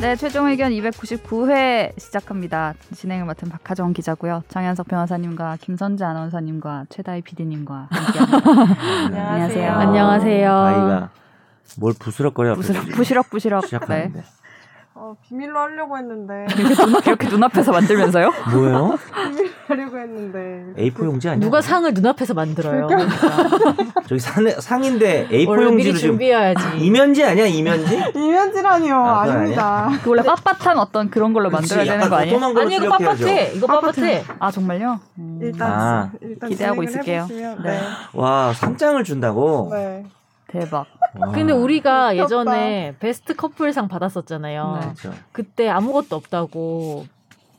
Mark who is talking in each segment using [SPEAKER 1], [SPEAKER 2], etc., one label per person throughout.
[SPEAKER 1] 네, 최종 의견 299회 시작합니다. 진행을 맡은 박하정 기자고요. 정현석 변호사님과 김선재 아나운서님과 최다희 PD님과 안녕하세요.
[SPEAKER 2] 안녕하세요.
[SPEAKER 3] 아이가 뭘 부스럭거려
[SPEAKER 1] 부스럭 부시럭 부시럭 네.
[SPEAKER 3] 시작하는데
[SPEAKER 2] 어, 비밀로 하려고 했는데
[SPEAKER 1] 이렇게, 눈, 이렇게 눈앞에서 만들면서요?
[SPEAKER 3] 뭐예요?
[SPEAKER 2] 하려고 했는데
[SPEAKER 3] A4 용지 아니야?
[SPEAKER 4] 누가 상을 눈앞에서 만들어요.
[SPEAKER 3] 저기 상, 상인데 A4
[SPEAKER 4] 원래 미리
[SPEAKER 3] 용지로 지금
[SPEAKER 4] 준비해야지.
[SPEAKER 3] 이면지 아니야 이면지?
[SPEAKER 2] 이면지라니요
[SPEAKER 3] 아,
[SPEAKER 2] 아,
[SPEAKER 3] 그건
[SPEAKER 2] 닙니다
[SPEAKER 1] 그 원래 빳빳한 어떤 그런 걸로 만들어야
[SPEAKER 3] 그치,
[SPEAKER 1] 되는
[SPEAKER 3] 약간
[SPEAKER 1] 거 아니에요?
[SPEAKER 3] 도톰한 걸로
[SPEAKER 4] 아니 이거
[SPEAKER 3] 출력해야죠.
[SPEAKER 4] 빳빳해. 이거 빳빳해.
[SPEAKER 1] 아 정말요? 음.
[SPEAKER 2] 일단
[SPEAKER 3] 아,
[SPEAKER 2] 일단
[SPEAKER 1] 기대하고 있을게요.
[SPEAKER 2] 네.
[SPEAKER 1] 네.
[SPEAKER 2] 네.
[SPEAKER 3] 와 상장을 준다고?
[SPEAKER 2] 네.
[SPEAKER 1] 대박.
[SPEAKER 3] 와,
[SPEAKER 4] 근데 우리가
[SPEAKER 2] 귀엽다.
[SPEAKER 4] 예전에 베스트 커플상 받았었잖아요.
[SPEAKER 1] 네.
[SPEAKER 3] 그렇죠.
[SPEAKER 4] 그때 아무것도 없다고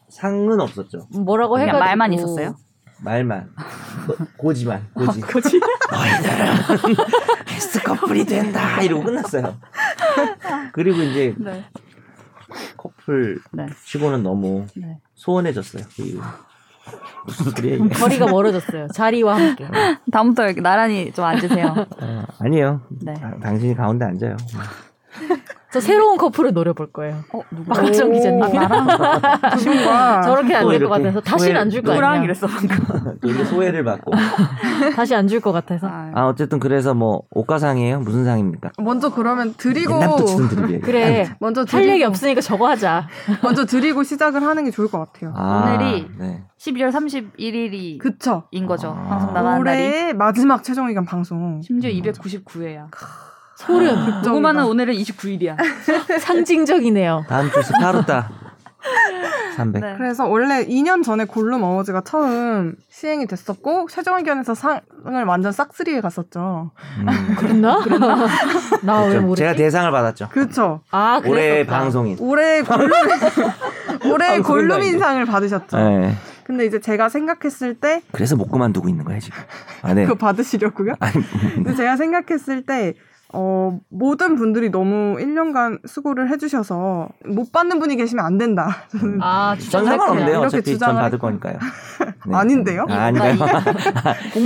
[SPEAKER 3] 상은 없었죠.
[SPEAKER 4] 뭐라고
[SPEAKER 1] 그냥
[SPEAKER 4] 해가지고
[SPEAKER 1] 말만 있었어요?
[SPEAKER 3] 말만 고- 고지만
[SPEAKER 1] 아,
[SPEAKER 3] 고지. 고지. 너희들은 베스트 커플이 된다 이러고 끝났어요. 그리고 이제
[SPEAKER 1] 네.
[SPEAKER 3] 커플
[SPEAKER 1] 네.
[SPEAKER 3] 치고는 너무
[SPEAKER 1] 네.
[SPEAKER 3] 소원해졌어요. 그 이후. 무슨 소리야 이게?
[SPEAKER 4] 거리가 멀어졌어요. 자리와 함께.
[SPEAKER 1] 다음부터 여기 나란히 좀 앉으세요.
[SPEAKER 3] 아, 아니에요.
[SPEAKER 1] 네.
[SPEAKER 3] 당- 당신이 가운데 앉아요.
[SPEAKER 4] 저 새로운 커플을 노려볼 거예요.
[SPEAKER 1] 어 누구?
[SPEAKER 4] 박정 기자님.
[SPEAKER 5] 아,
[SPEAKER 2] 오.
[SPEAKER 4] 저렇게 안
[SPEAKER 3] 아, 또
[SPEAKER 4] 될 것
[SPEAKER 3] 이렇게
[SPEAKER 4] 같아서 다시는 안 줄 거
[SPEAKER 1] 누구랑
[SPEAKER 4] 아니야.
[SPEAKER 1] 이랬어 방금.
[SPEAKER 3] 또 이렇게 소외를 받고.
[SPEAKER 4] 다시 안 줄 것 같아서.
[SPEAKER 1] 아,
[SPEAKER 3] 아 어쨌든 그래서 뭐 옷가상이에요. 무슨 상입니까?
[SPEAKER 5] 먼저 그러면 드리고
[SPEAKER 3] 옛날부터 치던 드립이에요.
[SPEAKER 4] 그래.
[SPEAKER 5] 먼저
[SPEAKER 4] 할 얘기
[SPEAKER 5] 드리고,
[SPEAKER 4] 없으니까 저거 하자.
[SPEAKER 5] 먼저 드리고 시작을 하는 게 좋을 것 같아요.
[SPEAKER 3] 아,
[SPEAKER 1] 오늘이
[SPEAKER 3] 네.
[SPEAKER 1] 12월 31일이
[SPEAKER 5] 그쵸?
[SPEAKER 1] 인 거죠.
[SPEAKER 3] 아.
[SPEAKER 1] 방송 나가는 날이.
[SPEAKER 5] 올해의 마지막 최종 의견 방송.
[SPEAKER 1] 심지어 299회야. 아,
[SPEAKER 4] 소름.
[SPEAKER 1] 녹음하는 오늘은 29일이야.
[SPEAKER 4] 상징적이네요.
[SPEAKER 3] 다음 주 스파르타 300.
[SPEAKER 5] 그래서 원래 2년 전에 골룸 어워즈가 처음 시행이 됐었고 최종 의견에서 상을 완전 싹쓸이해 갔었죠.
[SPEAKER 3] 음,
[SPEAKER 4] 그랬나? 나 왜
[SPEAKER 3] 그렇죠.
[SPEAKER 4] 아, 모르지?
[SPEAKER 3] 제가 대상을 받았죠.
[SPEAKER 5] 그렇죠.
[SPEAKER 4] 아, 그랬었다.
[SPEAKER 3] 올해 방송인.
[SPEAKER 5] 올해 골룸 올해
[SPEAKER 3] 방송인 거
[SPEAKER 5] 골룸
[SPEAKER 3] 아니에요?
[SPEAKER 5] 인상을 받으셨죠.
[SPEAKER 3] 네.
[SPEAKER 5] 근데 이제 제가 생각했을 때
[SPEAKER 3] 그래서 못 그만두고 있는 거예요 지금. 아 네.
[SPEAKER 5] 그거 받으시려고요?
[SPEAKER 3] 아니, 음,
[SPEAKER 5] 근데 제가 생각했을 때, 어, 모든 분들이 너무 1년간 수고를 해주셔서 못 받는 분이 계시면 안 된다. 저는
[SPEAKER 4] 아,
[SPEAKER 3] 전 상관없는데요.
[SPEAKER 4] 주장했구나.
[SPEAKER 5] 이렇게
[SPEAKER 3] 어차피 전
[SPEAKER 5] 주장을
[SPEAKER 3] 받을
[SPEAKER 5] 했고.
[SPEAKER 3] 거니까요.
[SPEAKER 5] 아닌데요?
[SPEAKER 3] 아, 아닌가요?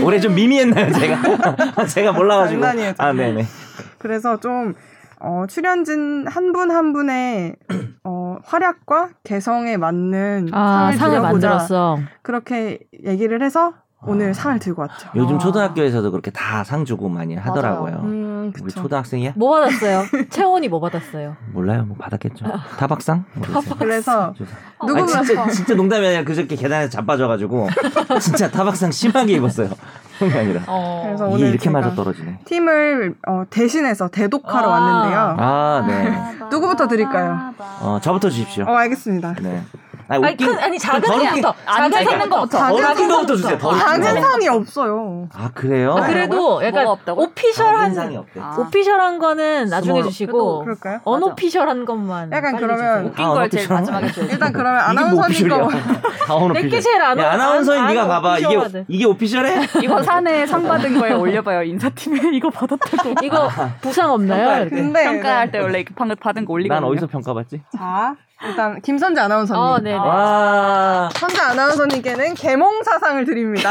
[SPEAKER 3] 올해 좀 미미했나요, 제가? 제가 몰라가지고.
[SPEAKER 5] 장난이에요,
[SPEAKER 3] 아, 네네.
[SPEAKER 5] 그래서 좀, 어, 출연진 한 분 한 분의 어, 활약과 개성에 맞는
[SPEAKER 4] 아, 상을
[SPEAKER 5] 드려보자.
[SPEAKER 4] 만들었어.
[SPEAKER 5] 그렇게 얘기를 해서 오늘
[SPEAKER 3] 아.
[SPEAKER 5] 상을 들고 왔죠.
[SPEAKER 3] 요즘
[SPEAKER 4] 아.
[SPEAKER 3] 초등학교에서도 그렇게 다 상 주고 많이 하더라고요.
[SPEAKER 5] 음,
[SPEAKER 3] 우리
[SPEAKER 5] 그쵸.
[SPEAKER 3] 초등학생이야?
[SPEAKER 4] 뭐 받았어요? 채원이 뭐 받았어요?
[SPEAKER 3] 몰라요. 뭐 받았겠죠. 타박상? 모르겠어요.
[SPEAKER 5] 그래서
[SPEAKER 3] 죄송합니다.
[SPEAKER 5] 누구나
[SPEAKER 3] 아니, 진짜, 진짜 농담이 아니라 그저께 계단에서 자빠져가지고 진짜 타박상 심하게 입었어요. 그게 아니라.
[SPEAKER 4] 어.
[SPEAKER 5] 그래서
[SPEAKER 3] 이게
[SPEAKER 5] 오늘
[SPEAKER 3] 이렇게
[SPEAKER 5] 제가
[SPEAKER 3] 맞아 떨어지네.
[SPEAKER 5] 팀을 어, 대신해서 대독하러
[SPEAKER 4] 아.
[SPEAKER 5] 왔는데요.
[SPEAKER 3] 아, 네.
[SPEAKER 5] 누구부터 드릴까요?
[SPEAKER 3] 어, 저부터 주십시오.
[SPEAKER 5] 어, 알겠습니다.
[SPEAKER 3] 네. 아니,
[SPEAKER 4] 아니, 큰, 아니 작은
[SPEAKER 3] 더럽게-
[SPEAKER 4] 거부터.
[SPEAKER 1] 아니,
[SPEAKER 4] 작은 사는 거부터.
[SPEAKER 3] 더
[SPEAKER 5] 작은
[SPEAKER 3] 큰 거부터 주세요. 더
[SPEAKER 5] 작은 상이 없어요.
[SPEAKER 3] 아, 그래요?
[SPEAKER 4] 아, 그래도 약간
[SPEAKER 1] 뭐가 없다고요?
[SPEAKER 4] 오피셜한
[SPEAKER 3] 작은 상이 없대.
[SPEAKER 1] 아.
[SPEAKER 4] 오피셜한 거는 나중에
[SPEAKER 3] 스몰-
[SPEAKER 4] 주시고
[SPEAKER 5] 그럴까요?
[SPEAKER 4] 언오피셜한 것만
[SPEAKER 5] 약간
[SPEAKER 4] 빨리
[SPEAKER 5] 그러면
[SPEAKER 4] 주세요.
[SPEAKER 1] 웃긴
[SPEAKER 3] 아,
[SPEAKER 1] 걸 제일
[SPEAKER 3] 어떻게
[SPEAKER 1] 마지막에 줘야
[SPEAKER 5] 일단
[SPEAKER 3] 이게
[SPEAKER 5] 그러면
[SPEAKER 3] 뭐
[SPEAKER 5] 아나운서님 거
[SPEAKER 3] 오피셜이야. 다 오늘
[SPEAKER 4] 내게
[SPEAKER 3] 오피셜.
[SPEAKER 4] 제일 안
[SPEAKER 3] 야,
[SPEAKER 4] 오-
[SPEAKER 3] 아나운서인
[SPEAKER 4] 안-
[SPEAKER 3] 네가
[SPEAKER 4] 안
[SPEAKER 3] 봐봐. 이게
[SPEAKER 4] 오피셜하든.
[SPEAKER 3] 이게 오피셜해?
[SPEAKER 1] 이거 사내 상 받은 거에 올려봐요. 인사팀에 이거 받았다고.
[SPEAKER 4] 이거 부상 없나요? 이렇게?
[SPEAKER 5] 근데 네.
[SPEAKER 1] 평가할 때 원래 이렇게 방금 받은 거 올리거든요.
[SPEAKER 3] 난 어디서 평가받지?
[SPEAKER 5] 자 일단 김선재 아나운서님
[SPEAKER 4] 어, 네. 네
[SPEAKER 3] 와.
[SPEAKER 5] 선재 아나운서님께는 개몽사상을 드립니다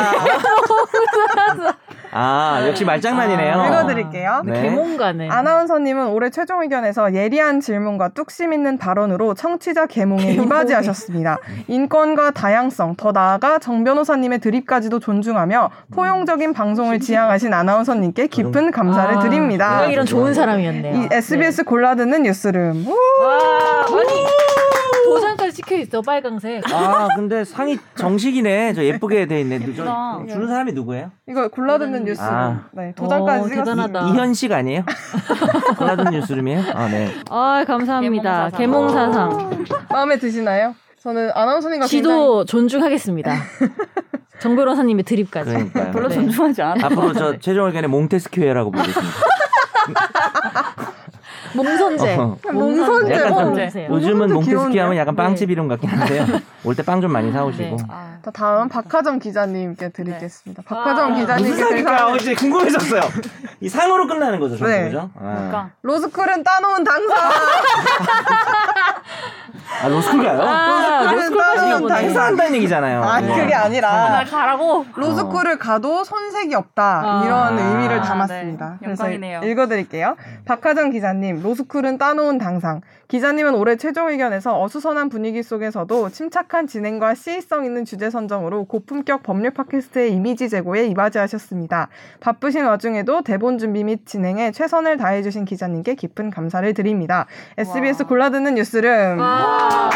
[SPEAKER 3] 아, 역시 말장난이네요.
[SPEAKER 4] 아,
[SPEAKER 5] 읽어드릴게요
[SPEAKER 3] 네.
[SPEAKER 4] 개몽가네.
[SPEAKER 5] 아나운서님은 올해 최종 의견에서 예리한 질문과 뚝심 있는 발언으로 청취자 개몽에 이바지하셨습니다. 인권과 다양성, 더 나아가 정 변호사님의 드립까지도 존중하며 포용적인 방송을 지향하신 아나운서님께 깊은 감사를
[SPEAKER 4] 아,
[SPEAKER 5] 드립니다.
[SPEAKER 4] 내가 이런 좋은 사람이었네요.
[SPEAKER 5] 이 SBS 골라드는 뉴스룸. 우!
[SPEAKER 4] 네. 와, 아니 도장까지 찍혀 있어 빨강색.
[SPEAKER 3] 아, 근데 상이 정식이네. 저 예쁘게 돼 있네. 저,
[SPEAKER 1] 예쁘다.
[SPEAKER 3] 주는 사람이 누구예요?
[SPEAKER 5] 이거 골라듣는 뉴스.
[SPEAKER 3] 아.
[SPEAKER 5] 네, 도장까지
[SPEAKER 4] 음. 오,
[SPEAKER 5] 찍었습니다.
[SPEAKER 4] 대단하다.
[SPEAKER 3] 이현식 아니에요? 골라든 뉴스룸이에요? 아, 네.
[SPEAKER 4] 아 감사합니다.
[SPEAKER 1] 개몽사상.
[SPEAKER 4] 개몽사상.
[SPEAKER 5] 마음에 드시나요? 저는 아나운서님과 어, 굉장히
[SPEAKER 4] 지도 존중하겠습니다. 정 변호사님의 드립까지.
[SPEAKER 3] 그러니까요.
[SPEAKER 1] 별로
[SPEAKER 4] 네.
[SPEAKER 1] 존중하지 않아.
[SPEAKER 3] 앞으로 저 최종 의견에 몽테스키웨라고 부르겠습니다.
[SPEAKER 4] 몽선제.
[SPEAKER 3] 어.
[SPEAKER 5] 몽선제,
[SPEAKER 3] 약간 좀뭐
[SPEAKER 4] 몽선제.
[SPEAKER 3] 요즘은
[SPEAKER 5] 요즘도
[SPEAKER 3] 몽테스키
[SPEAKER 5] 귀여운데요?
[SPEAKER 3] 하면 약간 빵집 이름 같긴 한데요. 올 때 빵 좀 많이 사오시고.
[SPEAKER 4] 네.
[SPEAKER 1] 아,
[SPEAKER 5] 자, 다음 박하정 기자님께 드리겠습니다. 박하정
[SPEAKER 4] 아,
[SPEAKER 5] 기자님께
[SPEAKER 3] 무슨 상일까요?
[SPEAKER 5] 드리겠습니다.
[SPEAKER 3] 이제 궁금해졌어요. 이 상으로 끝나는 거죠, 전부
[SPEAKER 5] 네.
[SPEAKER 3] 그죠? 아.
[SPEAKER 1] 그러니까
[SPEAKER 5] 로스쿨은 따놓은 당사.
[SPEAKER 3] 아, 로스쿨가요?
[SPEAKER 4] 아,
[SPEAKER 5] 로스쿨은 따놓은
[SPEAKER 4] 보네.
[SPEAKER 5] 당사.
[SPEAKER 3] 행사한다는 얘기잖아요.
[SPEAKER 5] 아니
[SPEAKER 3] 네.
[SPEAKER 5] 그게 아니라
[SPEAKER 1] 날 가라고.
[SPEAKER 5] 로스쿨을 가도 손색이 없다
[SPEAKER 4] 아.
[SPEAKER 5] 이런
[SPEAKER 3] 아,
[SPEAKER 5] 의미를
[SPEAKER 3] 네.
[SPEAKER 5] 담았습니다. 그래서
[SPEAKER 1] 영광이네요.
[SPEAKER 5] 읽어드릴게요. 박하정 기자님 당상, 로스쿨은 따놓은 당상. 기자님은 올해 최종 의견에서 어수선한 분위기 속에서도 침착한 진행과 시의성 있는 주제 선정으로 고품격 법률 팟캐스트의 이미지 제고에 이바지하셨습니다. 바쁘신 와중에도 대본 준비 및 진행에 최선을 다해주신 기자님께 깊은 감사를 드립니다. SBS 골라듣는 뉴스룸
[SPEAKER 4] 와.
[SPEAKER 3] 아,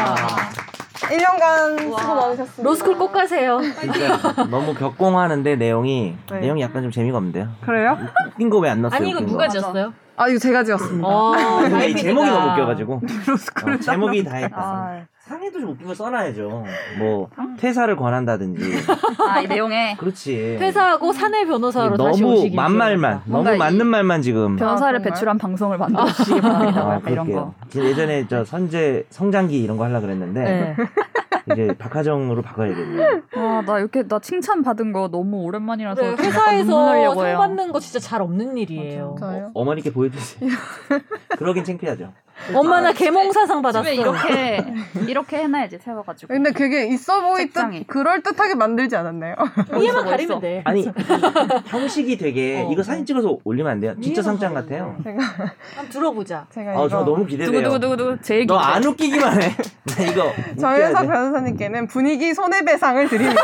[SPEAKER 5] 1년간
[SPEAKER 4] 와.
[SPEAKER 5] 수고 많으셨습니다.
[SPEAKER 4] 로스쿨 꼭 가세요.
[SPEAKER 3] 그렇죠. 진짜 너무 격공하는데 내용이
[SPEAKER 5] 네.
[SPEAKER 3] 내용이 약간 좀 재미가 없는데요.
[SPEAKER 5] 그래요?
[SPEAKER 3] 웃긴 거 왜 안 넣었어요?
[SPEAKER 4] 아니 이거
[SPEAKER 3] 웃긴
[SPEAKER 4] 누가
[SPEAKER 3] 거.
[SPEAKER 4] 지었어요?
[SPEAKER 5] 아 이거 제가 지었습니다.
[SPEAKER 4] 어.
[SPEAKER 5] 아, 네,
[SPEAKER 3] 근데 이 제목이 너무 웃겨가지고
[SPEAKER 5] 로스쿨
[SPEAKER 3] 어, 제목이 다 했다.
[SPEAKER 1] 아,
[SPEAKER 3] 상해도 좀 웃긴 거 써놔야죠. 뭐 퇴사를 권한다든지.
[SPEAKER 1] 아, 이 내용에
[SPEAKER 3] 그렇지.
[SPEAKER 4] 퇴사하고 사내 변호사로 다시
[SPEAKER 3] 너무
[SPEAKER 4] 오시기
[SPEAKER 3] 만말만
[SPEAKER 1] 뭔가
[SPEAKER 3] 너무
[SPEAKER 1] 이-
[SPEAKER 3] 맞는 말만 지금.
[SPEAKER 1] 변사를
[SPEAKER 5] 정말?
[SPEAKER 1] 배출한 방송을 만들어 주시기 바랍니다.
[SPEAKER 3] 아,
[SPEAKER 1] 약간 이런 거.
[SPEAKER 3] 그럴게요. 지금 예전에 저 선제 성장기 이런 거 하려 그랬는데
[SPEAKER 4] 네.
[SPEAKER 3] 이제 박하정으로 바꿔야겠네요.
[SPEAKER 1] 아, 나 이렇게 나 칭찬 받은 거 너무
[SPEAKER 5] 네,
[SPEAKER 1] 오랜만이라서
[SPEAKER 4] 그래,
[SPEAKER 1] 지금 약간 눈물
[SPEAKER 4] 네, 회사에서
[SPEAKER 1] 나려고
[SPEAKER 4] 상
[SPEAKER 1] 해요.
[SPEAKER 4] 받는 거 진짜 잘 없는 일이에요.
[SPEAKER 5] 저요.
[SPEAKER 3] 어머니께 보여주세요. 그러긴 창피하죠.
[SPEAKER 4] 엄마나
[SPEAKER 5] 아,
[SPEAKER 4] 개몽사상 받았어.
[SPEAKER 1] 집에 이렇게 이렇게 해놔야지 세워가지고.
[SPEAKER 5] 근데 그게 있어
[SPEAKER 1] 책장이.
[SPEAKER 5] 보이듯 그럴 듯하게 만들지 않았나요?
[SPEAKER 1] 멋있어,
[SPEAKER 4] 이해만 가리면
[SPEAKER 1] 멋있어.
[SPEAKER 4] 돼.
[SPEAKER 3] 아니 형식이 되게
[SPEAKER 4] 어.
[SPEAKER 3] 이거 사진 찍어서 올리면 안 돼요? 진짜
[SPEAKER 4] 이해가
[SPEAKER 3] 상장
[SPEAKER 4] 가는데.
[SPEAKER 3] 같아요.
[SPEAKER 4] 한번 들어보자.
[SPEAKER 5] 제가
[SPEAKER 3] 아 저 너무 기대돼요.
[SPEAKER 1] 누구 누구 누구 누구 제일
[SPEAKER 3] 너 안
[SPEAKER 1] 기대.
[SPEAKER 3] 웃기기만 해. 나 이거
[SPEAKER 5] 저희 회사
[SPEAKER 3] 웃겨야 돼.
[SPEAKER 5] 변호사님께는 분위기 손해배상을 드립니다.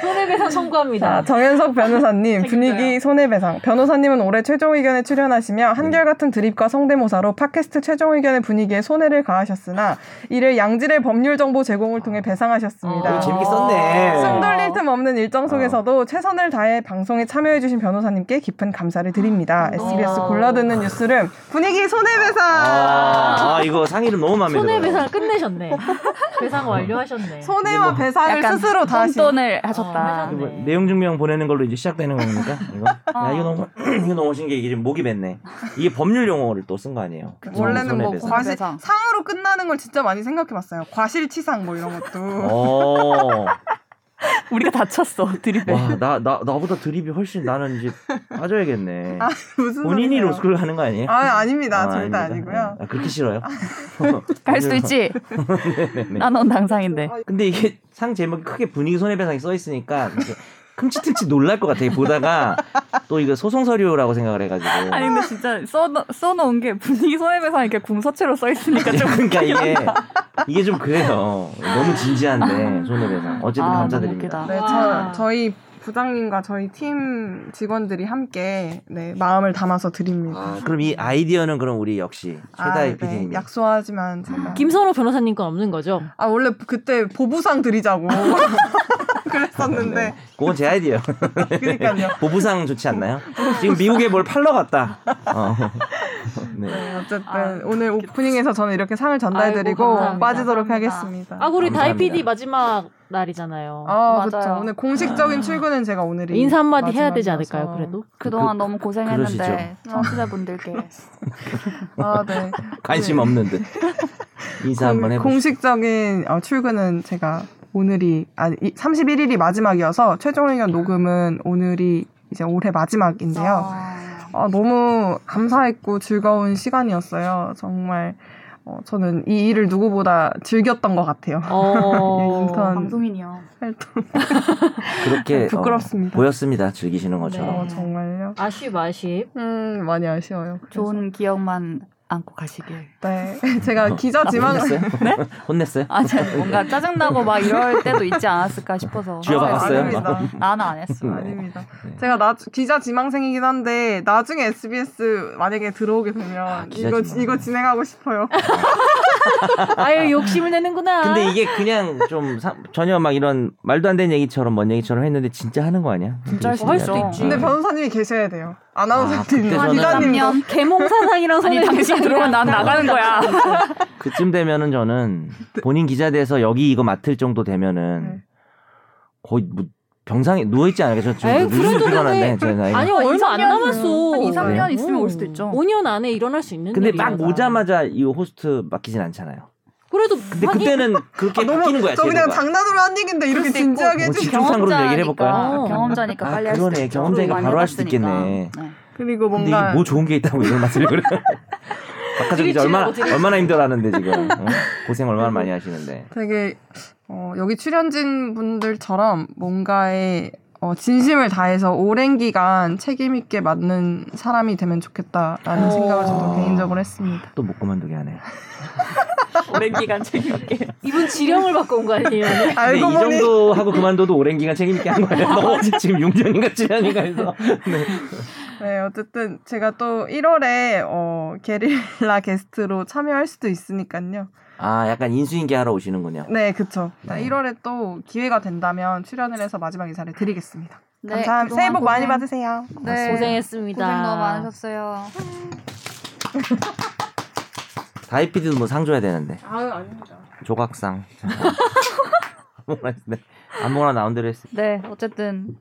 [SPEAKER 4] 손해배상
[SPEAKER 5] 자, 아,
[SPEAKER 4] 청구합니다.
[SPEAKER 5] 정현석 변호사님 분위기 손해배상. 변호사님은 올해 최종
[SPEAKER 3] 네.
[SPEAKER 5] 의견에 출연하시며 한결같은 드립과 성대모사로 팟캐스트 최종 의견의 분위기에 손해를 가하셨으나 이를 양질의 법률 정보 제공을 통해 배상하셨습니다.
[SPEAKER 3] 어, 재밌게 썼네. 어.
[SPEAKER 5] 숨돌릴 틈 없는 일정 속에서도 최선을 다해 방송에 참여해주신 변호사님께 깊은 감사를 드립니다. SBS 골라듣는 뉴스룸 분위기 손해배상.
[SPEAKER 3] 아, 아, 이거 상의를 너무 마음에 들어요.
[SPEAKER 4] 손해배상 끝내셨네. 배상 완료하셨네.
[SPEAKER 5] 손해와
[SPEAKER 3] 이게 뭐
[SPEAKER 5] 배상을
[SPEAKER 1] 약간
[SPEAKER 5] 스스로 다 하신.
[SPEAKER 1] 혼돈을
[SPEAKER 4] 어,
[SPEAKER 1] 하셨다.
[SPEAKER 4] 하셨네.
[SPEAKER 3] 이거 뭐 내용 증명 보내는 걸로 이제 시작되는 겁니까? 이거 야, 이거 너무 이거 너무 신기해. 이게 지금 목이 맸네. 이게 법률 용어를 또 쓴 거 아니에요?
[SPEAKER 5] 원래는 뭐
[SPEAKER 3] 손해배상.
[SPEAKER 5] 과실
[SPEAKER 1] 손해배상.
[SPEAKER 5] 상으로 끝나는 걸 진짜 많이 생각해봤어요. 과실치상 뭐 이런 것도.
[SPEAKER 3] 어.
[SPEAKER 1] 우리가 다쳤어
[SPEAKER 5] 네.
[SPEAKER 1] 드립에.
[SPEAKER 3] 와, 나, 나, 나보다 드립이 훨씬 나는 이제 빠져야겠네.
[SPEAKER 5] 아, 무슨
[SPEAKER 3] 본인이
[SPEAKER 5] 소리세요?
[SPEAKER 3] 로스쿨 하는 거 아니에요?
[SPEAKER 5] 아 아닙니다. 절대
[SPEAKER 3] 아닙니다.
[SPEAKER 5] 아니고요.
[SPEAKER 3] 아, 그렇게 싫어요?
[SPEAKER 1] 갈 수도 있지.
[SPEAKER 3] 네네네.
[SPEAKER 1] 나넌 당상인데.
[SPEAKER 3] 근데 이게 상 제목이 크게 분위기 손해배상이 써 있으니까 이렇게 큼치틀치 놀랄 것 같아요. 보다가 또 이거 소송 서류라고 생각을 해가지고.
[SPEAKER 1] 아니 근데 진짜 써 써놓은 게 분위기 손해배상 이렇게 궁서체로 써 있으니까 좀
[SPEAKER 3] 그러니까 이게 이게 좀 그래요. 너무 진지한데 손해배상. 어쨌든
[SPEAKER 1] 아,
[SPEAKER 3] 감사드립니다.
[SPEAKER 1] 너무
[SPEAKER 5] 네,
[SPEAKER 4] 와.
[SPEAKER 5] 저, 저희 부장님과 저희 팀 직원들이 함께 네, 마음을 담아서 드립니다.
[SPEAKER 3] 아, 그럼 이 아이디어는 음. 그럼 우리 역시 최다의
[SPEAKER 5] 네,
[SPEAKER 3] PD님.
[SPEAKER 5] 약소하지만 제가
[SPEAKER 4] 김선호 변호사님 건 없는 거죠?
[SPEAKER 5] 아 원래 그때 보부상 드리자고 그랬었는데
[SPEAKER 3] 그건 제 아이디어.
[SPEAKER 5] 그러니까요.
[SPEAKER 3] 보부상 좋지 않나요? 지금 미국에 뭘 팔러 갔다. 어. 네.
[SPEAKER 5] 네, 어쨌든
[SPEAKER 1] 아,
[SPEAKER 5] 오늘 오프닝에서 저는 이렇게 상을 전달드리고
[SPEAKER 4] 아이고, 감사합니다.
[SPEAKER 5] 빠지도록
[SPEAKER 1] 감사합니다.
[SPEAKER 5] 하겠습니다.
[SPEAKER 4] 아, 우리 다이
[SPEAKER 3] 감사합니다.
[SPEAKER 4] PD 마지막 날이잖아요.
[SPEAKER 5] 아, 그렇죠.
[SPEAKER 1] 맞아요.
[SPEAKER 5] 오늘 공식적인 출근은 제가 오늘이
[SPEAKER 4] 인사 한마디 해야 되지
[SPEAKER 5] 마지막이어서.
[SPEAKER 4] 않을까요, 그래도?
[SPEAKER 1] 그동안 너무
[SPEAKER 3] 그러시죠.
[SPEAKER 1] 고생했는데 청취자분들께
[SPEAKER 5] 아, 네.
[SPEAKER 3] 관심 없는 듯. 인사 한번 해보시죠.
[SPEAKER 5] 그 공식적인 어, 출근은 제가 오늘이 아 31일이 마지막이어서 최종 의견 녹음은 오늘이 이제 올해 마지막인데요. 어, 너무 감사했고 즐거운 시간이었어요. 정말 어, 저는 이 일을 누구보다 즐겼던 것 같아요.
[SPEAKER 4] 어.
[SPEAKER 5] 인턴
[SPEAKER 1] 방송인이요.
[SPEAKER 5] 활동
[SPEAKER 3] 그렇게 어,
[SPEAKER 5] 부끄럽습니다.
[SPEAKER 3] 보였습니다. 즐기시는 것처럼.
[SPEAKER 5] 어, 정말요.
[SPEAKER 4] 아쉽, 아쉽.
[SPEAKER 5] 음 많이 아쉬워요. 그래서.
[SPEAKER 1] 좋은 기억만 안고 가시길.
[SPEAKER 5] 네 제가 기자지만 네?
[SPEAKER 3] 혼냈어요? 혼냈어요?
[SPEAKER 1] 아, 제가 뭔가 짜증나고 막 이럴 때도 있지 않았을까 싶어서.
[SPEAKER 3] 쥐어 박았어요?
[SPEAKER 5] 아닙니다.
[SPEAKER 1] 나는 안 했어.
[SPEAKER 3] 네.
[SPEAKER 5] 아닙니다.
[SPEAKER 3] 네.
[SPEAKER 5] 제가 나 기자 지망생이긴 한데 나중에 SBS 만약에 들어오게 되면
[SPEAKER 3] 아, 기자
[SPEAKER 5] 이거
[SPEAKER 3] 지망생. 아.
[SPEAKER 5] 이거 진행하고 싶어요.
[SPEAKER 4] 아유, 욕심을 내는구나.
[SPEAKER 3] 근데 이게 그냥 좀 사- 전혀 막 이런 말도 안 되는 얘기처럼 뭔 얘기처럼 했는데 진짜 하는 거 아니야?
[SPEAKER 1] 진짜 할수
[SPEAKER 3] 그게
[SPEAKER 1] 있죠.
[SPEAKER 3] 진짜
[SPEAKER 5] 근데
[SPEAKER 1] 네.
[SPEAKER 5] 변호사님이 계셔야 돼요. 아나운서님,
[SPEAKER 3] 그때서는-
[SPEAKER 5] 기자님.
[SPEAKER 1] 년
[SPEAKER 4] 개몽사상이랑 손해
[SPEAKER 1] 아니 당신 들어오면 난 나가는 거야.
[SPEAKER 3] 그쯤 되면은 저는
[SPEAKER 4] 네.
[SPEAKER 3] 본인 기자 돼서 여기 이거 맡을 정도 되면은
[SPEAKER 5] 네.
[SPEAKER 3] 거의 뭐 병상에 누워 있지 않을까? 저
[SPEAKER 4] 에이,
[SPEAKER 3] 지금 눈이
[SPEAKER 4] 그래도
[SPEAKER 3] 피곤한데
[SPEAKER 4] 근데-
[SPEAKER 3] 제 나이가.
[SPEAKER 4] 아니 얼마 안 남았어.
[SPEAKER 1] 한 2, 3년
[SPEAKER 3] 그래요?
[SPEAKER 1] 있으면 올 수도 있죠.
[SPEAKER 4] 5년 안에 일어날 수 있는
[SPEAKER 3] 네. 근데
[SPEAKER 4] 일이야.
[SPEAKER 3] 막 오자마자 이 호스트 맡기진 않잖아요.
[SPEAKER 4] 그래도
[SPEAKER 3] 근데
[SPEAKER 4] 하긴 아,
[SPEAKER 3] 그때는 그렇게 바뀌는 거야.
[SPEAKER 5] 저 그냥
[SPEAKER 3] 제도가.
[SPEAKER 5] 장난으로 한 얘기인데 이렇게
[SPEAKER 1] 그럴 수 있고.
[SPEAKER 5] 진지하게
[SPEAKER 3] 뭐
[SPEAKER 5] 해주.
[SPEAKER 3] 진짜- 집중상으로도 얘기를 해볼까요?
[SPEAKER 1] 어, 경험자니까
[SPEAKER 3] 아,
[SPEAKER 1] 빨리 할 수도
[SPEAKER 3] 그러네.
[SPEAKER 1] 있죠.
[SPEAKER 3] 경험자니까
[SPEAKER 1] 많이
[SPEAKER 3] 바로 할 수도
[SPEAKER 1] 해봤으니까.
[SPEAKER 3] 있겠네.
[SPEAKER 1] 네.
[SPEAKER 5] 그리고
[SPEAKER 3] 근데 이게
[SPEAKER 5] 뭔가
[SPEAKER 3] 뭐 좋은 게 있다고 이런 맛을 그래. 박하정 기자 얼마나
[SPEAKER 4] 드립치려고, 네. 드립치려고.
[SPEAKER 3] 얼마나 힘들어하는데 지금 어? 고생 얼마나 많이 하시는데.
[SPEAKER 5] 되게 어, 여기 출연진 분들처럼 뭔가의 어, 진심을 다해서 오랜 기간 책임 있게 맡는 사람이 되면 좋겠다라는
[SPEAKER 4] 어.
[SPEAKER 5] 생각을 저도 개인적으로 했습니다.
[SPEAKER 3] 또 못 그만두게 하네.
[SPEAKER 6] 오랜
[SPEAKER 1] 아,
[SPEAKER 6] 기간 책임있게.
[SPEAKER 4] 이분 지령을 받고 온 거 아니에요?
[SPEAKER 3] 근데 이 정도 하고 그만둬도 오랜 기간 책임 있게 한 거예요. 너무 지금 6년인가 7년인가 해서.
[SPEAKER 5] 네, 어쨌든 제가 또 1월에 어, 게릴라 게스트로 참여할 수도 있으니까요.
[SPEAKER 3] 아, 약간 인수인계 하러 오시는군요.
[SPEAKER 5] 네, 그쵸. 네.
[SPEAKER 3] 네.
[SPEAKER 5] 1월에 또 기회가 된다면 출연을 해서 마지막 인사를 드리겠습니다.
[SPEAKER 1] 네,
[SPEAKER 5] 감사합니다.
[SPEAKER 1] 그동안
[SPEAKER 5] 새해 복 많이
[SPEAKER 1] 고생-
[SPEAKER 5] 받으세요.
[SPEAKER 1] 네.
[SPEAKER 4] 고생했습니다.
[SPEAKER 1] 고생 너무 많으셨어요.
[SPEAKER 3] 다이피디도 뭐 상 줘야 되는데.
[SPEAKER 5] 아유, 아닙니다.
[SPEAKER 3] 조각상. 아무거나 했는데. 아무거나 나온 대로 했어.
[SPEAKER 1] 네, 어쨌든